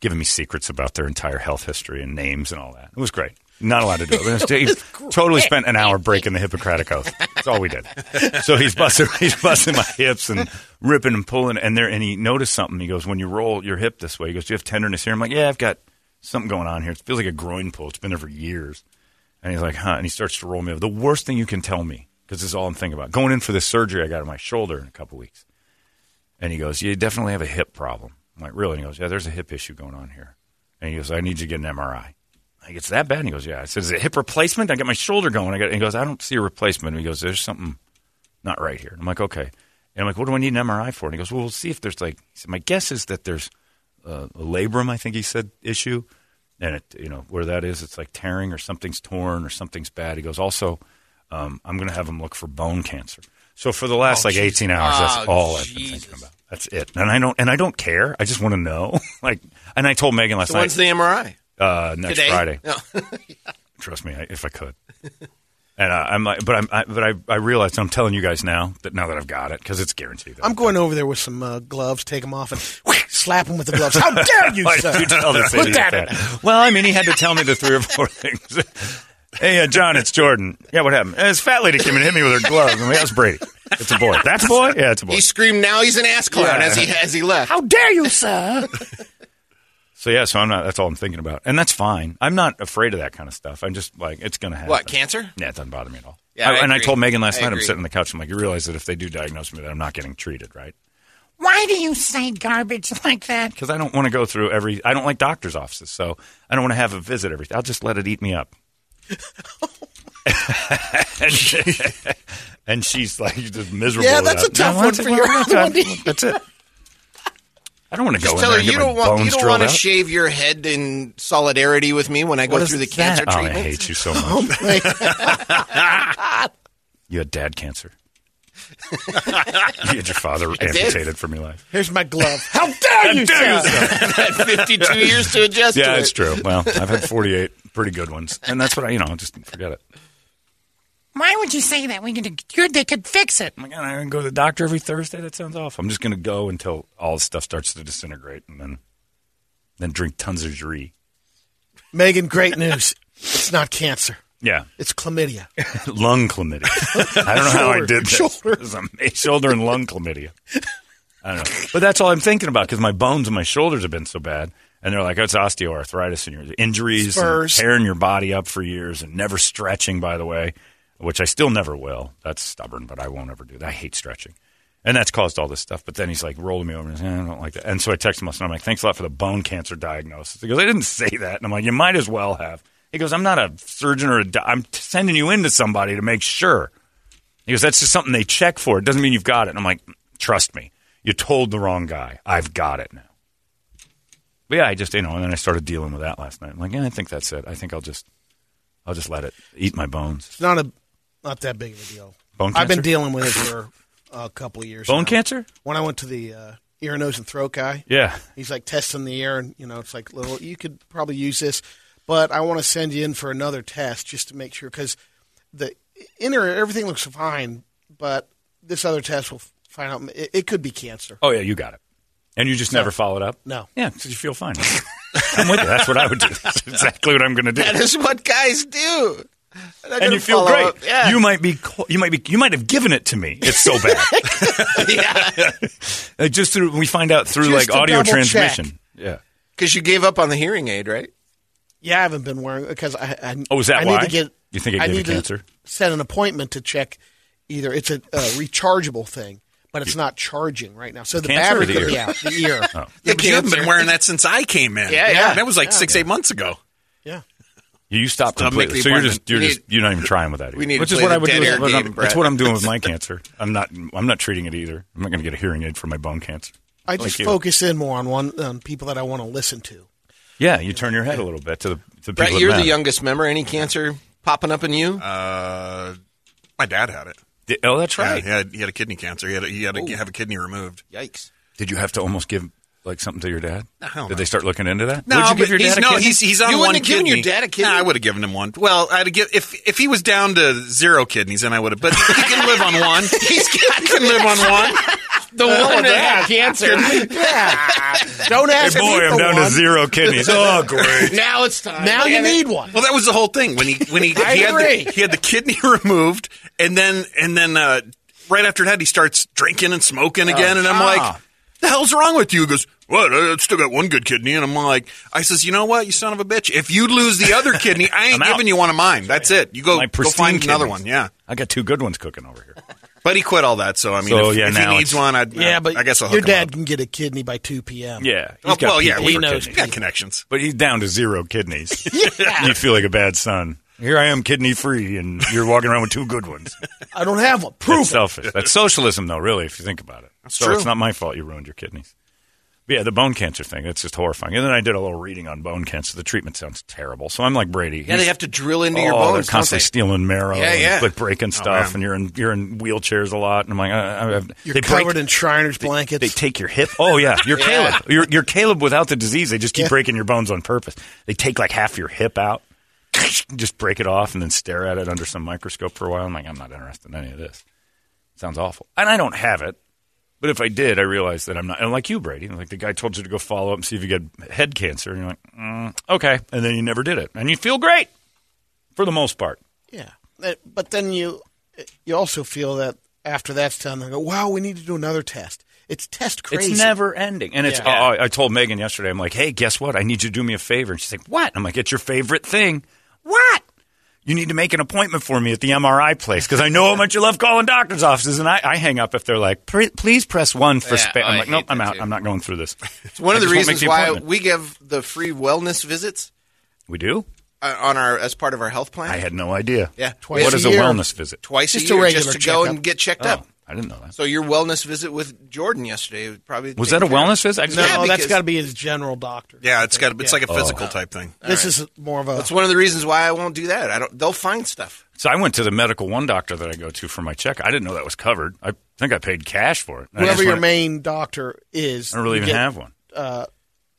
B: giving me secrets about their entire health history and names and all that. It was great. Not allowed to do it. But he totally spent an hour breaking the Hippocratic oath. That's all we did. So he's busting, he's busting my hips and ripping and pulling. And there, and he noticed something. He goes, "When you roll your hip this way, he goes, do you have tenderness here?" I'm like, "Yeah, I've got something going on here. It feels like a groin pull. It's been there for years." And he's like, huh? And he starts to roll me over. The worst thing you can tell me, because this is all I'm thinking about, going in for this surgery I got on my shoulder in a couple weeks. And he goes, you definitely have a hip problem. I'm like, really? And he goes, yeah, there's a hip issue going on here. And he goes, I need you to get an MRI. I like, it's that bad? And he goes, yeah. I said, is it hip replacement? I got my shoulder going. I got, and he goes, I don't see a replacement. And he goes, there's something not right here. And I'm like, okay. And I'm like, what do I need an MRI for? And he goes, well, we'll see if there's like, he said, my guess is that there's uh, a labrum, I think he said, issue. And it, you know, where that is, it's like tearing or something's torn or something's bad. He goes, also, um, I'm going to have him look for bone cancer. So for the last like 18 hours, that's
C: Oh,
B: all I've been
C: Jesus.
B: thinking about. That's it. And I don't, and I don't care. I just want to know. like, and I told Megan last
G: So
B: night,
G: when's the MRI?
B: uh, next
C: Today?
B: Friday.
C: No.
B: Trust me, I, if I could. And I, I'm like, but I'm, I, but I, I realized I'm telling you guys now that now that I've got it because it's guaranteed. that
D: I'm going over there with some uh, gloves, take them off, and slap them with the gloves. How dare you,
B: Why did
D: sir?
B: you tell this
D: Put
B: idiot
D: that in.
B: that? Well, I mean, he had to tell me the three or four things. hey, uh, John, it's Jordan. Yeah, what happened? Uh, This fat lady came and hit me with her glove. I'm like, that was Brady. It's a boy. That's a boy. Yeah, it's a boy.
C: He screamed, "Now he's an ass clown!"
B: Yeah.
C: As he as he left.
F: How dare you, sir?
B: so yeah, so I'm not. That's all I'm thinking about, and that's fine. I'm not afraid of that kind of stuff. I'm just like, it's gonna happen.
C: What, cancer?
B: Yeah, it doesn't bother me at all.
C: Yeah, I
B: and I
C: agree.
B: told Megan last
C: I
B: night. I'm
C: agree.
B: sitting on the couch. I'm like, you realize that if they do diagnose me, that I'm not getting treated, right?
F: Why do you say garbage like that?
B: because I don't want to go through every. I don't like doctor's offices, so I don't want to have a visit every. I'll just let it eat me up. and, and she's like just miserable.
D: Yeah,
B: with
D: that's
B: that.
D: a tough
B: No, I
D: one
B: don't
D: for
B: want
D: your
B: to-
D: other one to
B: I- That's it. I don't want to go
C: Just
B: in
C: tell
B: there
C: her
B: and
C: you
B: get my
C: don't want you
B: bones
C: don't
B: drilled
C: want to
B: out.
C: shave your head in solidarity with me when I go
B: What is
C: through the
B: that?
C: cancer
B: Oh,
C: treatment.
B: I hate you so much. you had dad cancer. you had your father amputated from your life.
D: Here's my glove. How dare you, sir?
G: Fifty-two years to adjust.
B: Yeah,
G: to
B: it's
G: it.
B: true. Well, I've had 48 pretty good ones. And that's what I, you know, just forget it.
F: Why would you say that? We could, good, they could fix it.
B: I'm like, "God, I gonna go to the doctor every Thursday. That sounds awful. I'm just gonna go until all this stuff starts to disintegrate, and then then drink tons of jury.
D: Megan, great news. It's not cancer.
B: Yeah,
D: It's chlamydia.
B: lung chlamydia. I don't know how I
D: Shoulder.
B: did this.
D: Shoulder.
B: It was amazing. shoulder and lung chlamydia. I don't know, but that's all I'm thinking about because my bones and my shoulders have been so bad, and they're like oh, it's osteoarthritis and your injuries, and
D: Spurs.
B: tearing your body up for years, and never stretching. By the way, which I still never will. That's stubborn, but I won't ever do that. I hate stretching. And that's caused all this stuff. But then he's like rolling me over and saying, I don't like that. And so I text him and I'm like, thanks a lot for the bone cancer diagnosis. He goes, I didn't say that. And I'm like, you might as well have. He goes, I'm not a surgeon or a doc. I'm t- sending you in to somebody to make sure. He goes, that's just something they check for. It doesn't mean you've got it. And I'm like, trust me, you told the wrong guy. I've got it now. But yeah, I just, you know, and then I started dealing with that last night. I'm like, yeah, I think that's it. I think I'll just, I'll just let it eat my bones.
D: It's not a not that big of a deal.
B: Bone
D: I've been
B: cancer?
D: dealing with it for a couple of years.
B: Bone
D: now.
B: cancer?
D: When I went to the uh, ear, nose, and throat guy,
B: Yeah.
D: he's like testing the ear, and you know, it's like little. You could probably use this, but I want to send you in for another test just to make sure because the inner everything looks fine, but this other test will find out it, it could be cancer.
B: Oh yeah, you got it. And you just never followed up?
D: No.
B: Yeah, because you feel fine. I'm with you. That's what I would do. That's exactly what I'm going to do.
C: That is what guys do. They're not
B: and
C: gonna
B: you feel
C: follow
B: great.
C: up. Yeah.
B: You might be. co- You might be. You might have given it to me. It's so bad. Like, just through. We find out through
D: Just
B: like
D: to
B: audio
D: double check.
B: transmission. Yeah.
C: because you gave up on the hearing aid, right?
D: Yeah, I haven't been wearing because I, I.
B: Oh, is that
D: I
B: why?
D: need to get.
B: You think it
D: I
B: gave you
D: need to
B: cancer?
D: Set an appointment to check. Either it's a, a rechargeable thing, but it's not charging right now. So the,
B: cancer or
D: battery
B: the
D: could
B: ear? Oh.
D: be out. The ear.
E: Yeah, but you haven't been wearing that since I came in.
C: Yeah, yeah.
E: That was like six, eight months ago.
D: Yeah.
B: You stop
E: Stop, make
B: completely.
E: the
B: So you're just
E: appointment.
B: you're
C: We
B: just
C: need-
B: you're not even trying with that. Either.
C: we need to
B: which is
C: play
B: what
C: the
B: I would
C: dead
B: do.
C: air
B: Is what I'm-
C: game,
B: that's
C: Brett.
B: what I'm doing with my cancer. I'm not I'm not treating it either. I'm not going to get a hearing aid for my bone cancer.
D: I just
B: you.
D: focus in more on one on people that I want to listen to.
B: Yeah, you turn your head a little bit to the to the
C: Brett,
B: people. that
C: you're the
B: matter.
C: youngest member. Any cancer popping up in you?
E: Uh, my dad had it.
B: Di- Oh, that's
E: Yeah,
B: right.
E: he, had, he had a kidney cancer. He had, a, he had to have a kidney removed.
C: Yikes.
B: Did you have to almost give like something to your dad?
E: hell
B: Did
E: no.
B: they start looking into that?
E: No,
B: Would you give
E: but
B: your dad
E: he's,
B: a
E: no,
B: kidney?
E: he's he's on
C: You
E: one
C: wouldn't have given
E: kidney.
C: your dad a kidney?
E: Nah, I would have given him one. Well, I'd have give, if if he was down to zero kidneys, then I would have. But he can live on one. he's got he can live on one.
G: The one that had cancer.
D: Don't ask
B: Hey,
D: me
B: boy,
D: for
B: I'm down
D: one.
B: to zero kidneys. Oh, great.
G: now it's time.
D: Now you
G: And it-
D: need one.
E: Well, that was the whole thing when he when he, he,
G: I
E: had,
G: agree.
E: the, he had the kidney removed, and then and then uh, right after that he starts drinking and smoking
B: Oh,
E: again, and I'm like, "The hell's wrong with you?" He goes, "What? I still got one good kidney," and I'm like, "I says, you know what, you son of a bitch! If you lose the other kidney, I ain't
B: I'm out.
E: giving you one of mine. That's it. You go
B: My
E: go
B: pristine
E: find another
B: kidneys.
E: one. Yeah."
B: I got two good ones cooking over here.
E: But he quit all that, so I mean,
B: So,
E: if,
B: yeah,
E: if
B: now
E: he needs
B: it's-
E: one, I'd, uh,
D: Yeah, but
E: I guess I'll hook
D: your
E: him
D: dad
E: up.
D: can get a kidney by two p.m.
B: Yeah.
E: Oh, well, yeah,
B: people
E: we
B: for
D: knows
E: We
B: kidneys.
E: got connections.
B: But he's down to zero kidneys. You feel like a bad son. Here I am, kidney free, and you're walking around with two good ones.
D: I don't have one.
B: That's
D: Proof it.
B: selfish. That's socialism, though, really, if you think about it. so
E: true.
B: it's not my fault you ruined your kidneys. But yeah, the bone cancer thing, that's just horrifying. And then I did a little reading on bone cancer. The treatment sounds terrible. So I'm like Brady.
C: Yeah, they
B: He's-
C: have to drill into
B: oh,
C: your bones.
B: They're constantly
C: don't
B: stealing marrow.
C: Yeah,
B: and,
C: yeah. Oh,
B: Like breaking stuff,
E: man.
B: and you're in you're in wheelchairs a lot. And I'm like, I, I, I,
D: You're
B: they
D: covered
B: break,
D: in Shriners blankets.
B: They take your hip. Oh yeah, you're Caleb. You're, you're Caleb without the disease. They just keep
D: Yeah.
B: breaking your bones on purpose. They take like half your hip out, just break it off, and then stare at it under some microscope for a while. I'm like, I'm not interested in any of this. sounds awful. And I don't have it, but if I did, I realize that I'm not. And like you, Brady, like the guy told you to go follow up and see if you get head cancer, and you're like, mm, okay, and then you never did it, and you feel great for the most part.
D: Yeah, Uh, but then you you also feel that after that's done, they go, "Wow, we need to do another test." It's test crazy.
B: It's never ending. And it's,
D: Yeah.
B: oh, I told Megan yesterday, I'm like, hey, guess what? I need you to do me a favor. And she's like, what? I'm like, it's your favorite thing. What? You need to make an appointment for me at the MRI place because I know how much you love calling doctor's offices. And I, I hang up if they're like, "Pre- please press one for
C: Yeah, oh,
B: spa
C: I
B: I'm like,
C: hate
B: nope, I'm
C: that
B: out.
C: too.
B: I'm not going through this.
C: It's one
B: I
C: of the
B: just won't make
C: reasons why
B: appointment.
C: we give the free wellness visits
B: We do?
C: uh, on our as part of our health plan.
B: I had no idea.
C: Yeah.
D: Twice
B: what
D: a
B: is a
D: year.
B: wellness visit?
C: twice
D: Just a
C: a year
D: regular
C: just to go
D: checkup.
C: and get checked
B: Oh,
C: up.
B: I didn't know that.
C: So your wellness visit with Jordan yesterday would probably
B: Was that a wellness visit? I just-
D: No,
C: Yeah,
D: that's
C: because-
D: got to be his general doctor.
E: Yeah, it's got. It's like a
B: Oh.
E: physical type thing.
D: this is more of a.
C: That's one of the reasons why I won't do that. I don't. They'll find stuff.
B: So I went to the medical one doctor that I go to for my check. I didn't know that was covered. I think I paid cash for it. I just
D: whoever your
B: went-
D: main doctor is.
B: I don't really
D: you
B: even
D: get,
B: have one.
D: Uh,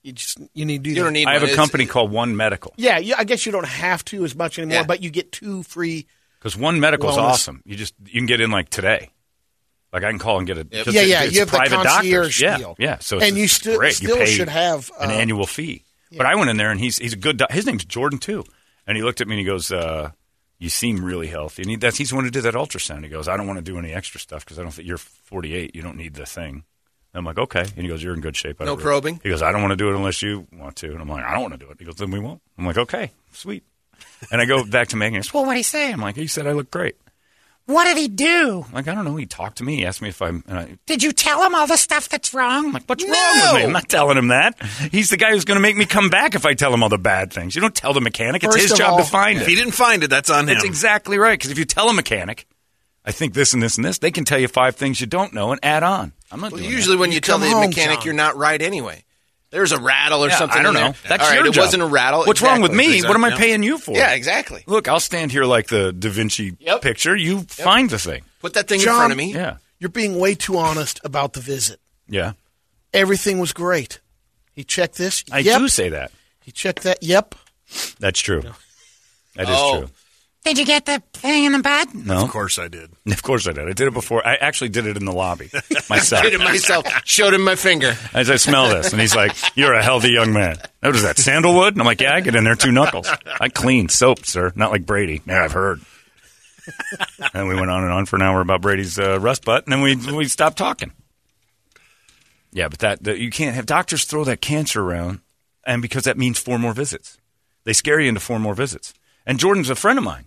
D: you just you need to do.
C: You
D: that.
C: don't need.
B: I have
C: one.
B: a
C: It's-
B: company called One Medical.
D: Yeah, you, I guess you don't have to as much anymore,
C: Yeah.
D: but you get two free.
B: Because one medical is
D: Wellness.
B: awesome. You just you can get in like today. Like I can call and get a 'cause
D: Yeah,
B: it's-
D: yeah,
B: it's
D: you have the
B: private doctors.
D: concierge
B: Yeah,
D: deal.
B: yeah. So it's,
D: And you
B: it's
D: still-
B: great.
D: still
B: you pay
D: should have,
B: an
D: uh,
B: annual fee. But I went in there and he's he's a good. doc- His name's Jordan too, and he looked at me and he goes, uh, "You seem really healthy." And he, that's he's the one who did that ultrasound. He goes, "I don't want to do any extra stuff because I don't think you're 48. You don't need the thing." And I'm like, "Okay." And he goes, "You're in good shape." I
C: No
B: don't really-"
C: probing?
B: He goes, "I don't want to do it unless you want to." And I'm like, "I don't want to do it." He goes, "Then we won't." I'm like, "Okay, sweet." And I go back to Megan. He goes, "Well, what would he say?" I'm like, "He said I look great."
F: What did he do?
B: Like, I don't know. He talked to me. He asked me if I'm. And I, I'm
F: Did you tell him all the stuff that's wrong?
B: like, what's wrong with me? I'm not telling him that. He's the guy who's going to make me come back if I tell him all the bad things. You don't tell the mechanic. It's
D: First
B: his
D: of
B: job
D: all-
B: to find
E: If
B: it.
E: he didn't find it, that's on him.
B: That's exactly right. Because if you tell a mechanic, I think this and this and this, they can tell you five things you don't know and add on. I'm not
C: Well,
B: doing
C: usually when you, tell
D: come
C: the
D: home,
C: mechanic
D: John.
C: you're not right anyway. There's a rattle or
B: that. Yeah,
C: something.
B: I don't
C: in
B: know.
C: there.
B: That's
C: All right,
B: your
C: It
B: job.
C: wasn't a rattle.
B: What's wrong with
C: Exactly.
B: me? What am I
E: Yeah.
B: paying you for?
C: Yeah, exactly.
B: Look, I'll stand here like the Da Vinci
C: Yep.
B: picture. You find the thing.
C: Put that thing
D: John-
C: in front of me.
B: Yeah.
D: You're being way too honest about the visit.
B: Yeah.
D: Everything was great. He checked this.
B: I
D: yep.
B: do say that.
D: He checked that. Yep.
B: That's true. That is
C: Oh.
B: true.
F: Did you get the thing in the bud?
B: No.
E: Of course, I did.
B: Of course I did. I did it before. I actually did it in the lobby myself.
C: Did it myself. Showed him my finger.
B: I said, smell this. And he's like, you're a healthy young man. What is that, sandalwood? And I'm like, yeah, I get in there two knuckles. I clean soap, sir. Not like Brady. Yeah, I've heard. and we went on and on for an hour about Brady's uh, rust butt. And then we, we stopped talking. Yeah, but that, that you can't have doctors throw that cancer around. And because that means four more visits. They scare you into four more visits. And Jordan's a friend of mine.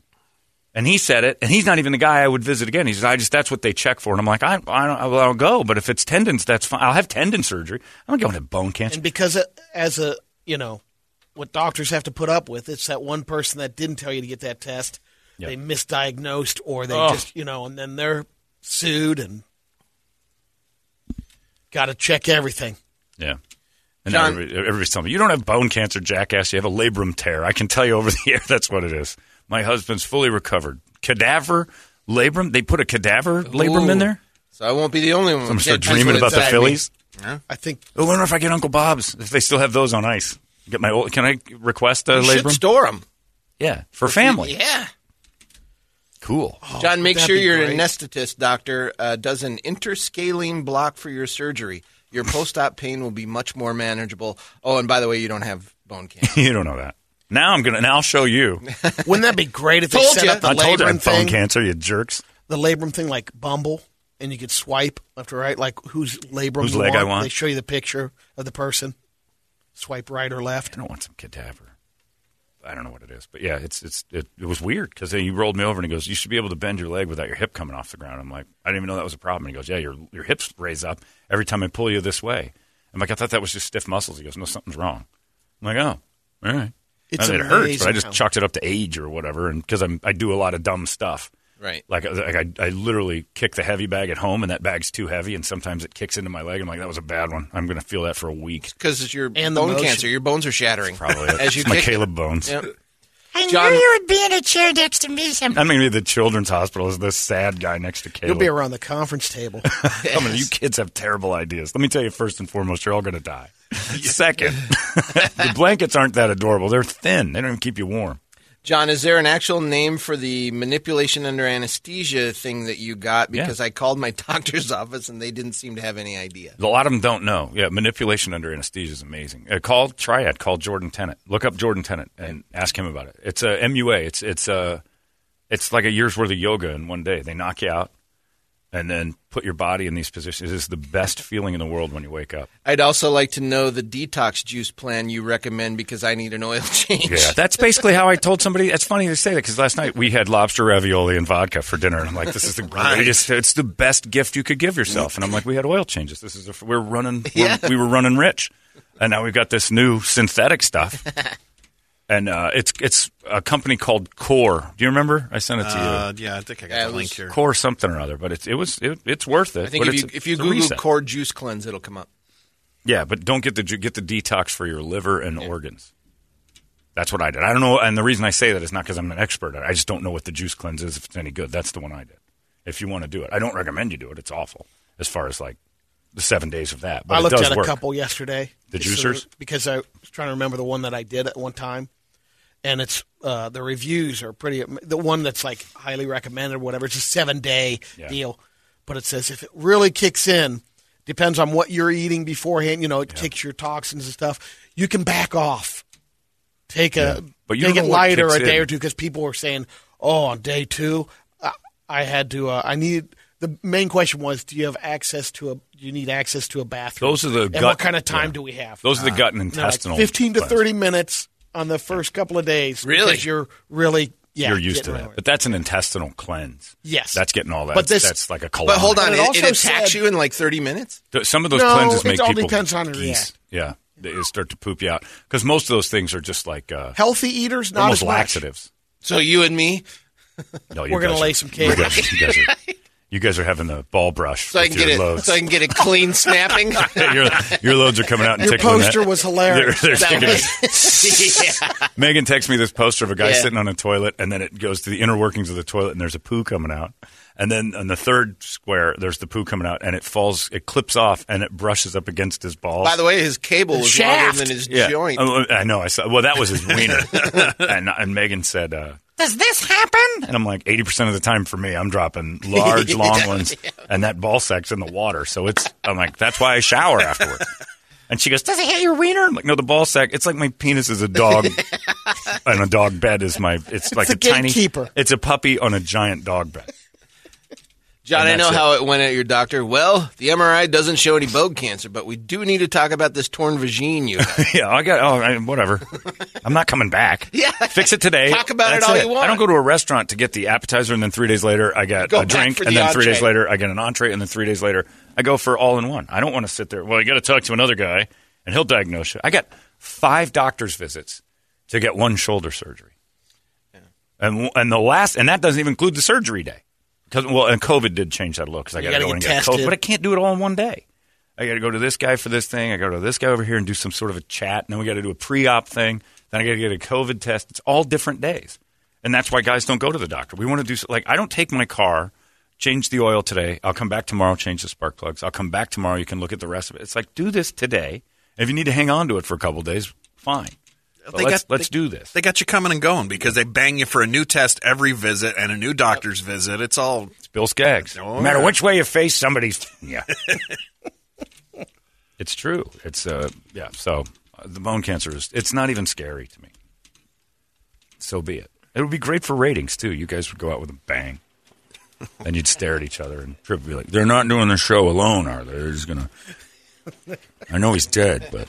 B: And he said it, and he's not even the guy I would visit again. He says, "I just that's what they check for." And I'm like, "I, I don't, well, I'll go, but if it's tendons, that's fine. I'll have tendon surgery. I'm not going to bone cancer."
D: And because uh, as a you know what doctors have to put up with. It's that one person that didn't tell you to get that test.
B: Yep.
D: They misdiagnosed, or they
B: Ugh.
D: just you know, and then they're sued and got to check everything.
B: Yeah. And
C: John-
B: everybody, everybody's telling me, you don't have bone cancer, jackass. You have a labrum tear. I can tell you over the air that's what it is. My husband's fully recovered. Cadaver labrum? They put a cadaver labrum in there?
C: So I won't be the only one.
B: I'm going to start
C: That's
B: dreaming
C: what
B: about the
C: inside me.
B: Phillies. Oh,
D: I think
B: I wonder if I get Uncle Bob's, if they still have those on ice. Get my old, Can I request a
C: You should
B: labrum?
C: store them.
B: yeah, for family.
C: Yeah.
B: Cool.
C: John, make
D: that'd
C: sure
D: be
C: your
D: great.
C: anesthetist doctor uh, does an interscalene block for your surgery. Your post-op pain will be much more manageable. Oh, and by the way, you don't have bone cancer.
B: you don't know that. Now I'm gonna. Now I'll show you.
D: wouldn't that be great if they
C: Told
D: set
C: ya.
D: up the
B: I told you I
D: labrum
B: had bone
D: thing,
B: cancer. You jerks.
D: the labrum thing like Bumble, and you could swipe left or right, like whose labrum
B: Whose
D: you
B: leg I want.
D: They show you the picture of the person. Swipe right or left.
B: I don't want some cadaver. I don't know what it is, but yeah, it's it's it, it was weird because he rolled me over and he goes, "You should be able to bend your leg without your hip coming off the ground." I'm like, "I didn't even know that was a problem." And he goes, "Yeah, your your hips raise up every time I pull you this way." I'm like, "I thought that was just stiff muscles." He goes, "No, something's wrong." I'm like, "Oh, all right."
D: It's
B: I mean, it hurts, but
D: amazing
B: I just
D: how-
B: chalked it up to age or whatever, and because I'm I do a lot of dumb stuff.
C: Right.
B: Like, like I, I literally kick the heavy bag at home, and that bag's too heavy, and sometimes it kicks into my leg. I'm like, that was a bad one. I'm going to feel that for a week.
C: Because it's your
D: And the
C: bone
D: motion.
C: cancer. Your bones are shattering.
B: Probably
C: As you
B: It's my
C: kick-
B: Caleb bones.
C: Yep.
F: I
C: John-
F: knew you would be in a chair next to me someday.
B: I'm going to be at the children's hospital as this sad guy next to
D: You'll
B: Caleb.
D: be around the conference table.
B: I'm gonna- you kids have terrible ideas. Let me tell you, first and foremost, you're all going to die. Second, the blankets aren't that adorable. They're thin. They don't even keep you warm.
C: John, is there an actual name for the manipulation under anesthesia thing that you got?
B: Yeah.
C: Because I called my doctor's office and they didn't seem to have any idea.
B: A lot of them don't know. Yeah, manipulation under anesthesia is amazing. Uh, call Triad. Call Jordan Tennant. Look up Jordan Tennant and ask him about it. It's a MUA. It's it's a it's like a year's worth of yoga in one day. They knock you out and then put your body in these positions. It is the best feeling in the world when you wake up.
C: I'd also like to know the detox juice plan you recommend because I need an oil change.
B: Yeah, that's basically how I told somebody. It's funny to say that because last night we had lobster ravioli and vodka for dinner, and I'm like, "This is the greatest. It's the best gift you could give yourself." And I'm like, "We had oil changes. This is a, we're running. We're, We were running rich, and now we've got this new synthetic stuff." and uh, it's it's a company called Core. Do you remember? I sent it to
E: Uh, yeah, I think I got
C: Yeah, it
E: the link
C: was
E: here.
B: you. Core something or other, but it's it was it, it's worth it.
C: I think
B: but
C: if you,
B: it's a-
C: if you
B: it's a
C: Google
B: reset.
C: core juice cleanse, it'll come up.
B: Yeah, but don't get the ju- get the detox for your liver and organs. That's what I did. I don't know, and the reason I say that is not because I'm an expert. at it. I just don't know what the juice cleanse is if it's any good. That's the one I did. If you want to do it, I don't recommend you do it. It's awful as far as like the seven days of that. But
D: I
B: it
D: looked
B: does
D: at a
B: work.
D: couple yesterday.
B: The
D: Just
B: juicers?
D: so- because I was trying to remember the one that I did at one time, and it's uh, the reviews are pretty. The one that's like highly recommended, or whatever. It's a seven day
B: Yeah.
D: deal, but it says if it really kicks in, depends on what you're eating beforehand. You know, it takes your toxins and stuff. You can back off. Take a
B: But you
D: take
B: don't
D: it
B: know what
D: lighter a
B: kicks
D: day
B: in.
D: or two because people were saying, "Oh, on day two, I, I had to. Uh, I needed." The main question was, do you have access to a? Do you need access to a bathroom?
B: Those are the
D: and
B: gut-
D: what kind of time
B: yeah.
D: do we have?
B: Those are the gut and
D: And they're Uh, like,
B: intestinal.
D: Fifteen to
B: cleanse.
D: thirty minutes on the first couple of days.
C: Really?
D: because you're really yeah.
B: You're used
D: getting
B: to
D: rid
B: that,
D: of it.
B: but that's an intestinal cleanse.
D: Yes.
B: that's getting all that.
D: But this-
B: that's like a kilometer.
C: But hold on,
D: But
C: it,
D: it also
C: it attacks
D: said-
C: you in like 30 minutes?
B: Th- Some of those
D: No,
B: cleanses
D: it
B: make
D: all
B: people
D: depends on how you
B: geese.
D: react.
B: Yeah, they they start to poop you out because most of those things are just like uh,
D: Healthy eaters, not
B: almost
D: as much.
B: laxatives.
C: So you and me?
B: No, you
D: We're gonna
B: guys
D: lay
B: are-
D: some
B: You
D: cake.
B: guys, you guys are, you guys are having the ball brush.
C: So I
B: with
C: can get
B: your
C: it.
B: loads.
C: So I can get a clean snapping.
B: your, your loads are coming out and
D: Your
B: tickling
D: poster
B: that.
D: was hilarious.
B: They're- they're
C: That
B: sticking
C: was- Yeah.
B: it. Megan texts me this poster of a guy
C: Yeah.
B: sitting on a toilet, and then it goes to the inner workings of the toilet, and there's a poo coming out. And then on the third square, there's the poo coming out, and it falls, it clips off, and it brushes up against his balls.
C: By the way, his cable was
F: Shaft.
C: longer than his
B: yeah.
C: joint.
B: Oh, I know. I saw. Well, that was his wiener. and, and Megan said, uh,
F: Does this happen?
B: And I'm like, 80% of the time for me, I'm dropping large, long ones, and that ball sack's in the water. So it's, I'm like, that's why I shower afterward. And she goes, Does it hit your wiener? I'm like, No, the ball sack, it's like my penis is a dog, and a dog bed is my, it's, like
D: the
B: a tiny,
D: gatekeeper.
B: it's a puppy on a giant dog bed.
C: John,
B: And
C: I know
B: that's it.
C: how it went at your doctor. Well, the MRI doesn't show any bone cancer, but we do need to talk about this torn vagine you have.
B: yeah, I got, oh, I, whatever. I'm not coming back.
C: Yeah.
B: Fix it today.
C: Talk about it
B: That's
C: all you want.
B: I don't go to a restaurant to get the appetizer, and then three days later, I get
C: Go
B: a
C: back
B: drink,
C: for
B: and
C: the
B: then three days
C: entree.
B: later, I get an entree, and then three days later, I go for all in one. I don't want to sit there. Well, I got to talk to another guy, and he'll diagnose you. I got five doctor's visits to get one shoulder surgery. And and the last and that doesn't even include the surgery day. Cuz well, and COVID did change that a little cuz I got to
D: gotta
B: go
D: get
B: and get
D: tested.
B: COVID, but I can't do it all in one day. I got to go to this guy for this thing, I got to go to this guy over here and do some sort of a chat, and then we got to do a pre-op thing, then I got to get a COVID test. It's all different days. And that's why guys don't go to the doctor. We want to do so- like I don't take my car Change the oil today. I'll come back tomorrow, change the spark plugs. I'll come back tomorrow. You can look at the rest of it. It's like, do this today. If you need to hang on to it for a couple days, fine. But
E: They
B: let's
E: got-
B: let's
E: they-
B: do this.
E: They got you coming and going because they bang you for a new test every visit and a new doctor's visit. It's all
B: Bill Skaggs.
E: Oh,
B: no matter
E: yeah.
B: which way you face, somebody's yeah. it's true. It's uh yeah. So uh, the bone cancer is it's not even scary to me. So be it. It would be great for ratings too. You guys would go out with a bang, and you'd stare at each other and Trip would be like, "They're not doing the show alone, are they? They're just gonna." I know he's dead, but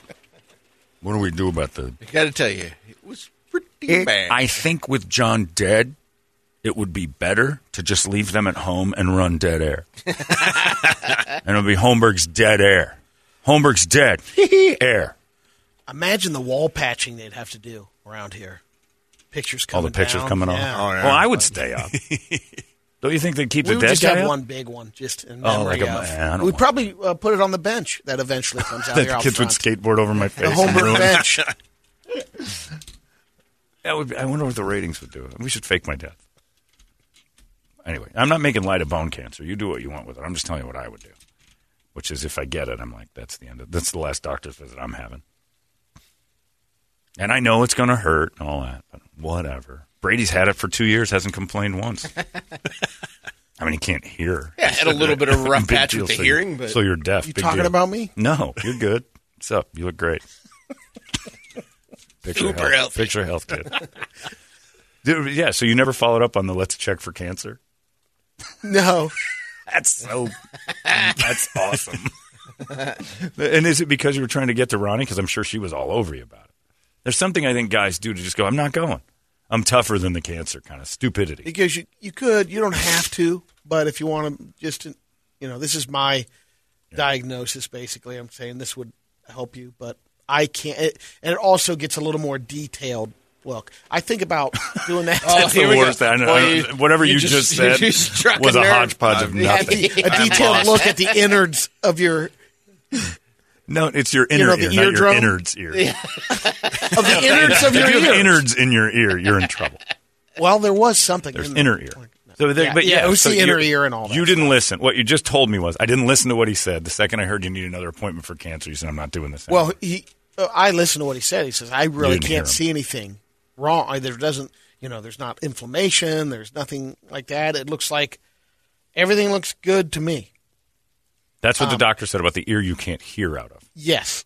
B: what do we do about the
C: I got to tell you, it was pretty bad.
B: I think with John dead, it would be better to just leave them at home and run dead air. and it'll be Holmberg's dead air. Holmberg's dead air.
D: Imagine the wall patching they'd have to do around here. Pictures
B: All
D: coming.
B: the pictures
D: down. Oh,
B: coming off.
D: Yeah.
B: Well, I would stay up. Don't you think they'd keep
D: We
B: the
D: would
B: dead
D: just
B: guy
D: have
B: up?
D: one big one, just in
B: Oh,
D: memory
B: like a-
D: of.
B: yeah, I don't
D: We'd
B: want-
D: probably uh, put it on the bench that eventually comes out
B: The
D: here. out
B: kids would
D: front.
B: skateboard over my face.
D: The
B: and ruin
D: Holmberg
B: it.
D: bench.
B: That would be, I wonder what the ratings would do. We should fake my death. Anyway, I'm not making light of bone cancer. You do what you want with it. I'm just telling you what I would do, which is if I get it, I'm like, that's the end of that's the last doctor's visit I'm having. And I know it's going to hurt and all that, but whatever. Brady's had it for two years, hasn't complained once. I mean, he can't hear.
G: Yeah, had a little bit of a rough
B: Big
G: patch
B: deal.
G: with the
B: So you-
G: hearing, but
B: so you're deaf.
D: You
B: Big
D: talking
B: deal.
D: about me?
B: No, you're good. What's up? You look great. Picture
G: Super
B: health.
G: healthy.
B: Picture health kid. Dude, yeah, so you never followed up on the let's check for cancer.
D: No.
B: That's so. that's awesome. Oh. and is it because you were trying to get to Ronnie? Because I'm sure she was all over you about it. There's something I think guys do to just go. I'm not going. I'm tougher than the cancer kind of stupidity.
D: Because you you could you don't have to, but if you want to, just to- you know, this is my diagnosis. Basically, I'm saying this would help you, but I can't. It, and it also gets a little more detailed. Look, I think about doing that.
B: Oh, That's the worst. I know.
G: Well, you-
B: Whatever you,
G: you
B: just,
G: just-
B: said
G: you struck
B: was
G: a
B: a
G: nerve.
B: hodgepodge of
D: a,
B: nothing.
D: de- a detailed look at the innards of your
B: No, it's your inner
D: know, the
B: ear, not your
D: eardrum?
B: innards ear.
D: of the innards of your
B: if you have
D: ears.
B: innards in your ear, you're in trouble.
D: Well, there was something.
B: There's
D: in there.
B: inner ear. So there,
D: Yeah,
B: but yeah,
D: yeah,
B: so
D: OC inner
B: you're-
D: ear and all that
B: You didn't listen. What you just told me was I didn't listen to what he said. The second I heard you need another appointment for cancer, you said I'm not doing this.
D: Well,
B: anymore."
D: he, uh, I listened to what he said. He says I really
B: didn't hear him.
D: can't see anything wrong. I- There doesn't, you know, there's not inflammation. There's nothing like that. It looks like everything looks good to me.
B: that's what
D: um,
B: the doctor said about the ear you can't hear out of.
D: Yes,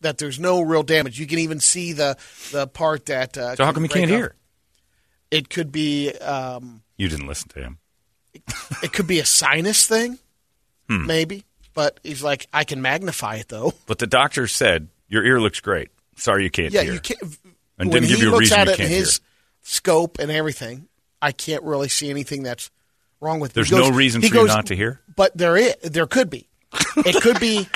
D: that there's no real damage. You can even see the the part that. Uh,
B: So how
D: could
B: come you
D: break
B: can't
D: up.
B: hear?
D: It could be um,
B: You didn't listen to him.
D: it could be a sinus thing,
B: Hmm.
D: maybe. But he's like, I can magnify it though.
B: But the doctor said your ear looks great. Sorry, you can't
D: Yeah,
B: hear.
D: you can't.
B: And
D: when
B: didn't give
D: he
B: you a
D: looks
B: reason
D: at
B: you
D: it in
B: can't
D: his
B: hear.
D: scope and everything, I can't really see anything that's wrong with. it. He
B: There's
D: goes-
B: no reason
D: he
B: for you
D: goes,
B: not to hear?
D: but there is. There could be. It could be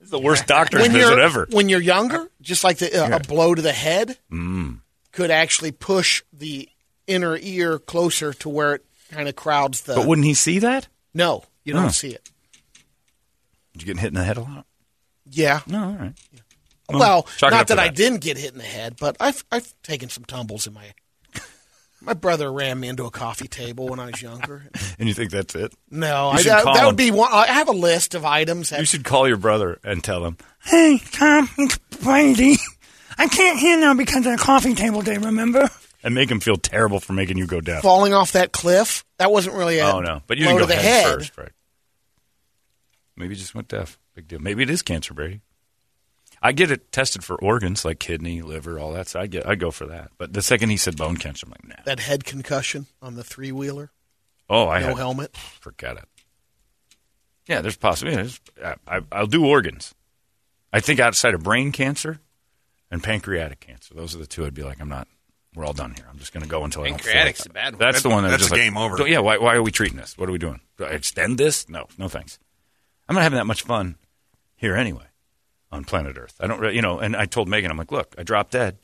B: It's the worst doctor's
D: when you're
B: visit ever.
D: when you're younger, just like the, uh, a blow to the head
B: Mm.
D: could actually push the inner ear closer to where it kind of crowds the.
B: But wouldn't he see that?
D: no, you don't
B: Huh.
D: see it.
B: You getting hit in the head a lot?
D: Yeah.
B: No, all right.
D: Well,
B: chalk it up
D: not
B: to
D: that, I
B: that.
D: didn't get hit in the head, but I've I've taken some tumbles in my. My brother ran me into a coffee table when I was younger.
B: And you think that's it?
D: No,
B: You
D: I,
B: should
D: that,
B: call
D: that
B: him.
D: would be one. I have a list of items. That,
B: You should call your brother and tell him.
H: Hey, Tom, it's Brady. I can't hear now because of the coffee table day, remember?
B: and make him feel terrible for making you go deaf.
D: falling off that cliff. That wasn't really a
B: oh no, but you
D: blow
B: didn't go
D: to the
B: head,
D: head.
B: first, right? Maybe you just went deaf. Big deal. Maybe it is cancer, Brady. I get it tested for organs like kidney, liver, all that. So I get, I go for that. But the second he said bone cancer, I'm like, nah.
D: That head concussion on the three wheeler,
B: Oh, I
D: no
B: had-
D: helmet.
B: Forget it. Yeah, there's possibilities. I, I, I'll do organs. I think outside of brain cancer and pancreatic cancer, those are the two. I'd be like, I'm not. We're all done here. I'm just going to go until
G: Pancreatic's
B: I
G: a
B: don't feel
G: bad one.
B: That's the one. That
E: That's
B: was just
E: a
B: like,
E: game over.
B: "Don't- Yeah. Why, why are we treating this? What are we doing? Do I extend this? No. No thanks. I'm not having that much fun here anyway on planet Earth. I don't. Really, you know. And I told Megan, I'm like, look, I dropped dead.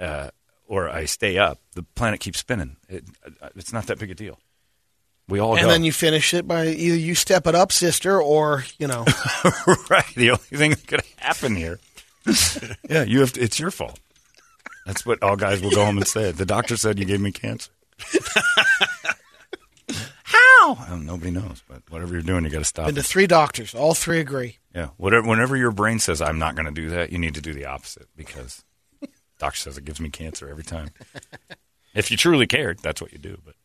B: Uh, or I stay up, the planet keeps spinning. It, uh, it's not that big a deal. We all
D: and
B: go.
D: then you finish it by either you step it up, sister, or you know.
B: right. The only thing that could happen here. yeah, you have. To, it's your fault. That's what all guys will go home and say. The doctor said you gave me cancer.
H: How?
B: Um, nobody knows, but whatever you're doing, you got to stop.
D: Been to
B: it.
D: three doctors. All three agree.
B: yeah. Whatever. Whenever your brain says I'm not going to do that, you need to do the opposite because doctor says it gives me cancer every time. if you truly cared, that's what you do. But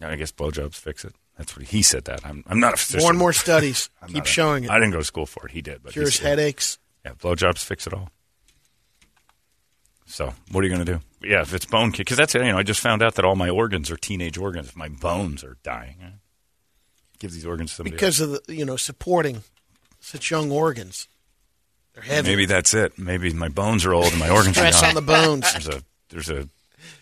B: I guess blowjobs fix it. That's what he, he said. That I'm. I'm not a physician.
D: More and more studies.
B: I'm
D: Keep
B: not a-
D: showing it.
B: I didn't go to school for it. He did, but he
D: Cures
B: said-
D: headaches.
B: Yeah, blowjobs fix it all. So, what are you going to do? Yeah, if it's bone kick, because that's it. You know, I just found out that all my organs are teenage organs. If my bones are dying, eh, give these organs to somebody.
D: because of the you know supporting such young organs. They're
B: else.
D: heavy.
B: maybe that's it. Maybe my bones are old and my organs
D: Stress
B: are
D: on
B: not.
D: the bones.
B: There's a there's a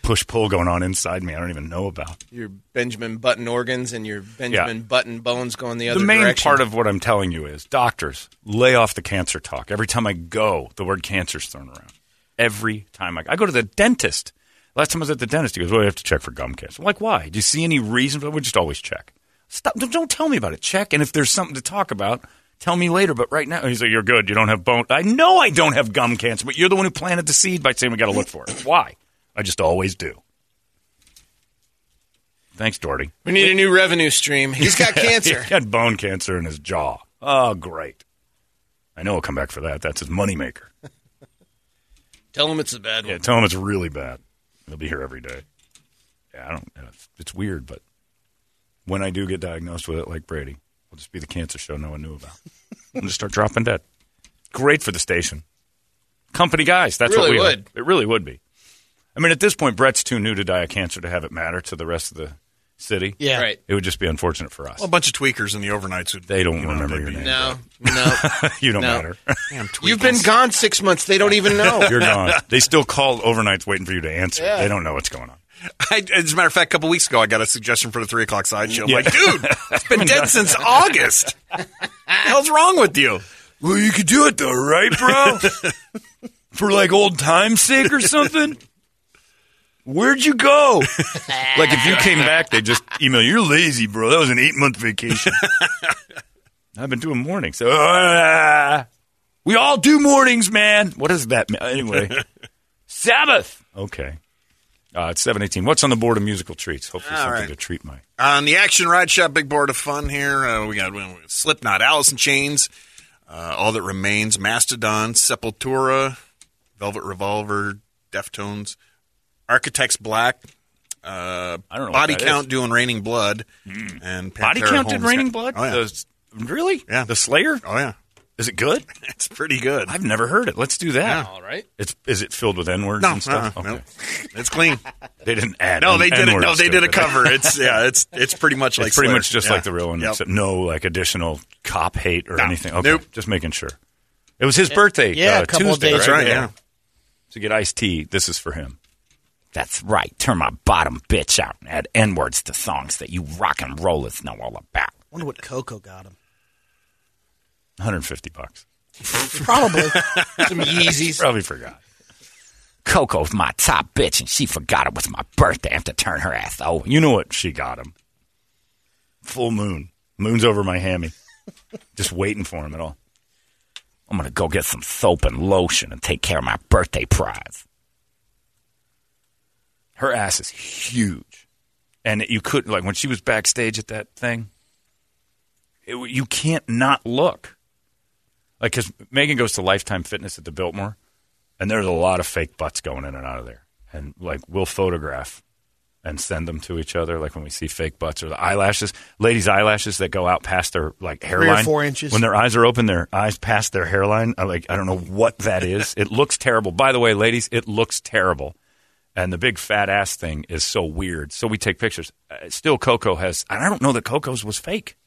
B: push pull going on inside me. I don't even know about.
C: Your Benjamin Button organs and your Benjamin
B: Yeah.
C: Button bones going the other
B: the main
C: direction.
B: part of what I'm telling you is doctors lay off the cancer talk. Every time I go, the word cancer's thrown around. Every time I go, I go to the dentist. Last time I was at the dentist, he goes, "Well, you have to check for gum cancer." I'm like, why? Do you see any reason? for it? We just always check. Stop! Don't, don't tell me about it. Check, and if there's something to talk about, tell me later. But right now, he's like, "You're good. You don't have bone." I know I don't have gum cancer, but you're the one who planted the seed by saying we got to look for it. Why? I just always do. Thanks, Doherty.
C: we need a new revenue stream. He's got cancer.
B: he had bone cancer in his jaw. Oh, great. I know he'll come back for that. That's his moneymaker.
C: Tell him it's a bad one.
B: Yeah, tell him it's really bad. He'll be here every day. Yeah, I don't. It's, it's weird, but when I do get diagnosed with it, like Brady, it'll just be the cancer show no one knew about. I'll just start dropping dead. Great for the station. Company guys, that's
C: Really
B: what we are.
C: would.
B: It really would be. I mean, at this point, Brett's too new to die of cancer to have it matter to the rest of the city.
D: Yeah.
C: Right.
B: It would just be unfortunate for us.
E: Well, a bunch of tweakers in the overnights would.
B: They don't
E: you know,
B: remember
E: they'd
B: your
E: be-
B: name.
C: Oh, No, no.
B: you don't
C: No.
B: matter.
E: Damn tweakers.
C: You've been gone six months. They don't even know.
B: You're gone. They still call overnights waiting for you to answer.
C: Yeah.
B: They don't know what's going on.
E: I, as a matter of fact, a couple weeks ago, I got a suggestion for the three o'clock side show. I'm
B: Yeah.
E: Like, dude, it's been dead since August. What the hell's wrong with you?
B: Well, you could do it though, right, bro? for like old time's sake or something. Where'd you go? like if you came back, they just email you, you're lazy, bro. That was an eight month vacation. I've been doing mornings. So, uh, we all do mornings, man. What does that mean? Anyway, Sabbath. Okay. Uh, it's 718. What's on the board of musical treats? Hopefully,
E: All
B: something
E: right.
B: to treat my.
E: On the Action Ride Shop Big Board of Fun here, uh, we got we got Slipknot, Alice in Chains, uh, All That Remains, Mastodon, Sepultura, Velvet Revolver, Deftones, Architects Black, uh,
B: I don't know what
E: Body
B: that
E: Count
B: is. Mm.
E: doing Raining Blood, and Pantera
B: Body Count did
E: Homes.
B: Raining Blood?
E: Oh yeah.
B: The- really?
E: Yeah.
B: The Slayer?
E: oh, yeah.
B: Is it good?
E: It's pretty good.
B: I've never heard it. Let's do that.
C: All right.
B: It's is it filled with N words
E: no,
B: and stuff?
E: uh-uh,
B: Okay.
E: no. It's clean.
B: They didn't add.
E: No, they did it.
B: N-words
E: No, they
B: to
E: did a
B: but they-
E: cover. It's yeah, it's it's pretty much like
B: it's pretty
E: Slayer.
B: much just
E: Yeah.
B: like the real one,
E: Yep.
B: except no like additional cop hate or
E: No.
B: anything. Okay,
E: Nope.
B: just making sure. It was his birthday.
D: yeah,
B: uh,
D: a couple of
B: Tuesday,
D: days
E: That's right. Yeah.
B: So get iced tea. This is for him.
G: That's right. Turn my bottom bitch out and add N words to songs that you rock and rollers know all about.
D: wonder what Coco got him.
B: 150 bucks.
D: Probably.
C: Some Yeezys.
B: Probably forgot.
G: Coco's my top bitch, and she forgot it was my birthday. I have to turn her ass over.
B: You know what she got him? Full moon. Moon's over my hammy. just waiting for him at all.
G: I'm gonna go get some soap and lotion and take care of my birthday prize.
B: her ass is huge, and you couldn't like when she was backstage at that thing. It, you can't not look, like because Megan goes to Lifetime Fitness at the Biltmore, and there's a lot of fake butts going in and out of there, and like we'll photograph and send them to each other, like when we see fake butts or the eyelashes, ladies' eyelashes that go out past their like hairline,
D: four inches.
B: when their eyes are open, their eyes past their hairline. I like I don't know what that is. it looks terrible. By the way, ladies, it looks terrible and the big fat ass thing is so weird. So we take pictures. Uh, still, Coco has, and I don't know that Coco's was fake.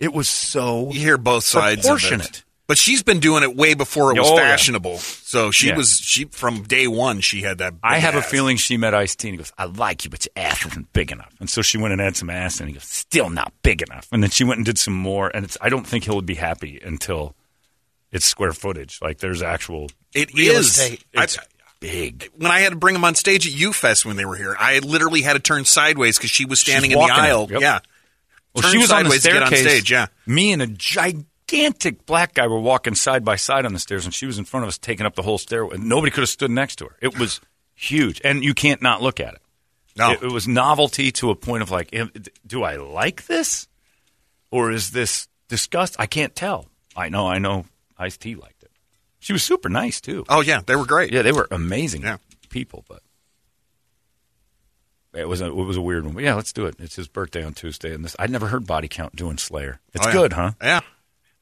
B: It was so
E: You hear both sides of
B: proportionate.
E: it. But she's been doing it way before it was
B: Oh, yeah.
E: fashionable. So she
B: Yeah.
E: was she from day one she had that.
B: I
E: big
B: have a
E: ass.
B: feeling she met Ice T and he goes,
G: I like you, but your ass isn't big enough.
B: and so she went and had some ass and he goes,
G: Still not big enough.
B: and then she went and did some more. And it's, I don't think he'll be happy until it's square footage. Like there's actual,
E: it
D: Real
E: is.
D: estate.
E: I,
B: It's- big.
E: When I had to bring them on stage at UFest when they were here, I literally had to turn sideways because she was standing in the
B: walking it.
E: aisle.
B: Yep.
E: Yeah.
B: Well,
E: Turn
B: she was on the
E: sideways to get
B: staircase.
E: on stage, yeah.
B: Me and a gigantic black guy were walking side by side on the stairs, and she was in front of us, taking up the whole stairway. Nobody could have stood next to her. It was huge, and you can't not look at it.
E: No.
B: It, it was novelty to a point of like, am- do I like this, or is this disgust? I can't tell. I know, I know. Ice T liked it. She was super nice too.
E: Oh yeah, they were great.
B: Yeah, they were amazing
E: Yeah.
B: people, but it was a, it was a weird one. But yeah, let's do it. It's his birthday on Tuesday, and this I'd never heard Body Count doing Slayer. It's
E: Oh, yeah.
B: good, huh? Hmm.
E: Yeah.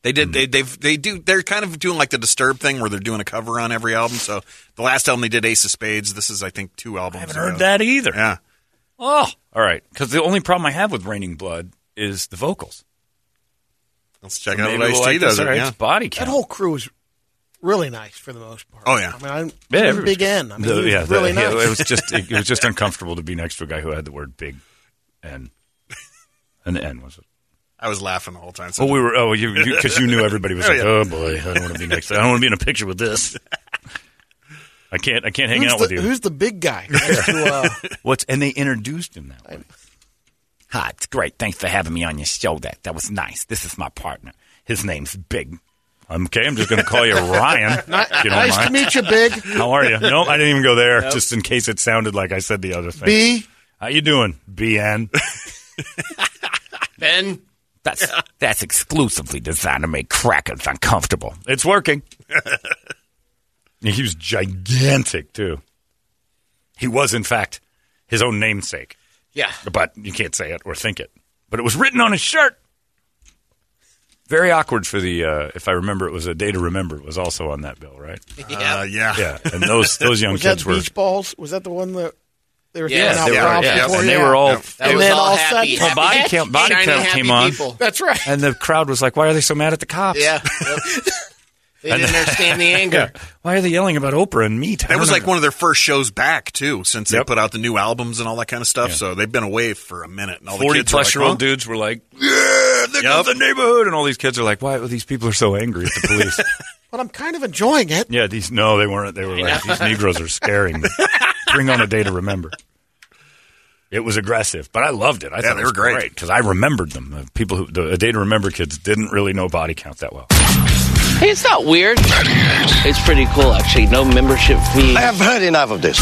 E: They did. They they've, they do. They're kind of doing like the Disturb thing, where they're doing a cover on every album. So the last album they did, Ace of Spades. This is, I think, two albums.
B: I haven't heard
E: ago.
B: that either.
E: Yeah.
B: Oh, all right. Because the only problem I have with Raining Blood is the vocals.
E: Let's check out
B: Maybe
E: what
B: we'll
E: Ice
B: like
E: T
B: this.
E: does.
B: All
E: It,
B: right,
E: yeah.
B: It's body
D: That
B: count.
D: whole crew was really nice for the most part.
E: Oh, yeah.
D: I mean, I'm
B: Yeah,
D: even
B: everybody's
D: Big N. I mean,
B: The-
D: he was
B: yeah, the-
D: really
B: yeah,
D: nice.
B: it was just it, was just uncomfortable to be next to a guy who had the word big, and and the N was.
E: I was laughing the whole time. So
B: Oh, we were. Oh, you because you, knew everybody was
E: Oh,
B: like,
E: yeah.
B: oh boy, I don't want to be next. to I don't want to be in a picture with this. I can't. I can't hang
D: who's,
B: out
D: the,
B: with you.
D: who's the big guy? next to, uh,
B: What's and they introduced him that way.
G: Hi, it's great. Thanks for having me on your show. That that was nice. This is my partner. His name's Big.
B: I'm, okay, I'm just going to call you Ryan. if you don't
D: nice to
B: mind.
D: meet you, Big
B: How are you? No, I didn't even go there. Just in case it sounded like I said the other thing.
D: B.
B: How you doing, BN?
C: Ben,
G: That's that's exclusively designed to make crackers uncomfortable.
B: It's working. he was gigantic too. He was, in fact, his own namesake,
C: yeah.
B: but you can't say it or think it. But it was written on his shirt. Very awkward for the. Uh, if I remember, it was a day to remember. It was also on that bill, right?
E: uh, yeah.
B: Yeah, and those those young
D: Was that
B: kids were.
D: beach balls? Was that the one that they were
C: Yes,
D: throwing out
C: they were,
D: props
C: yes.
D: before?
B: and they
D: Yeah.
B: were all.
C: That
D: And
C: was
D: then
C: all,
D: all
C: happy.
D: sudden-
C: happy
B: Body
C: happy-
B: count- body
C: shiny,
B: count
C: happy
B: came on.
C: people.
D: That's right.
B: And the crowd was like, "Why are they so mad at the cops?
C: Yeah. Yep. They didn't understand the anger.
B: Why are they yelling about Oprah and meat?"
E: That was like one of their first shows back too, since
B: Yep.
E: they put out the new albums and all that kind of stuff. So they've been away for a minute. And all the
B: forty
E: kids were
B: plus
E: like,
B: year old
E: "Huh?"
B: dudes were like, "Yeah, there goes the neighborhood," and all these kids are like, "Why? Well, these people are so angry at the police."
D: But I'm kind of enjoying it.
B: yeah, these no, they weren't. They were like, "These Negroes are scaring me." Bring on a day to remember. It was aggressive, but I loved it. I thought
E: they
B: it was
E: were great.
B: because I remembered them. The people who the a day to remember kids didn't really know body count that well.
I: Hey, it's not weird. It's pretty cool, actually. No membership fee.
J: have heard enough of this.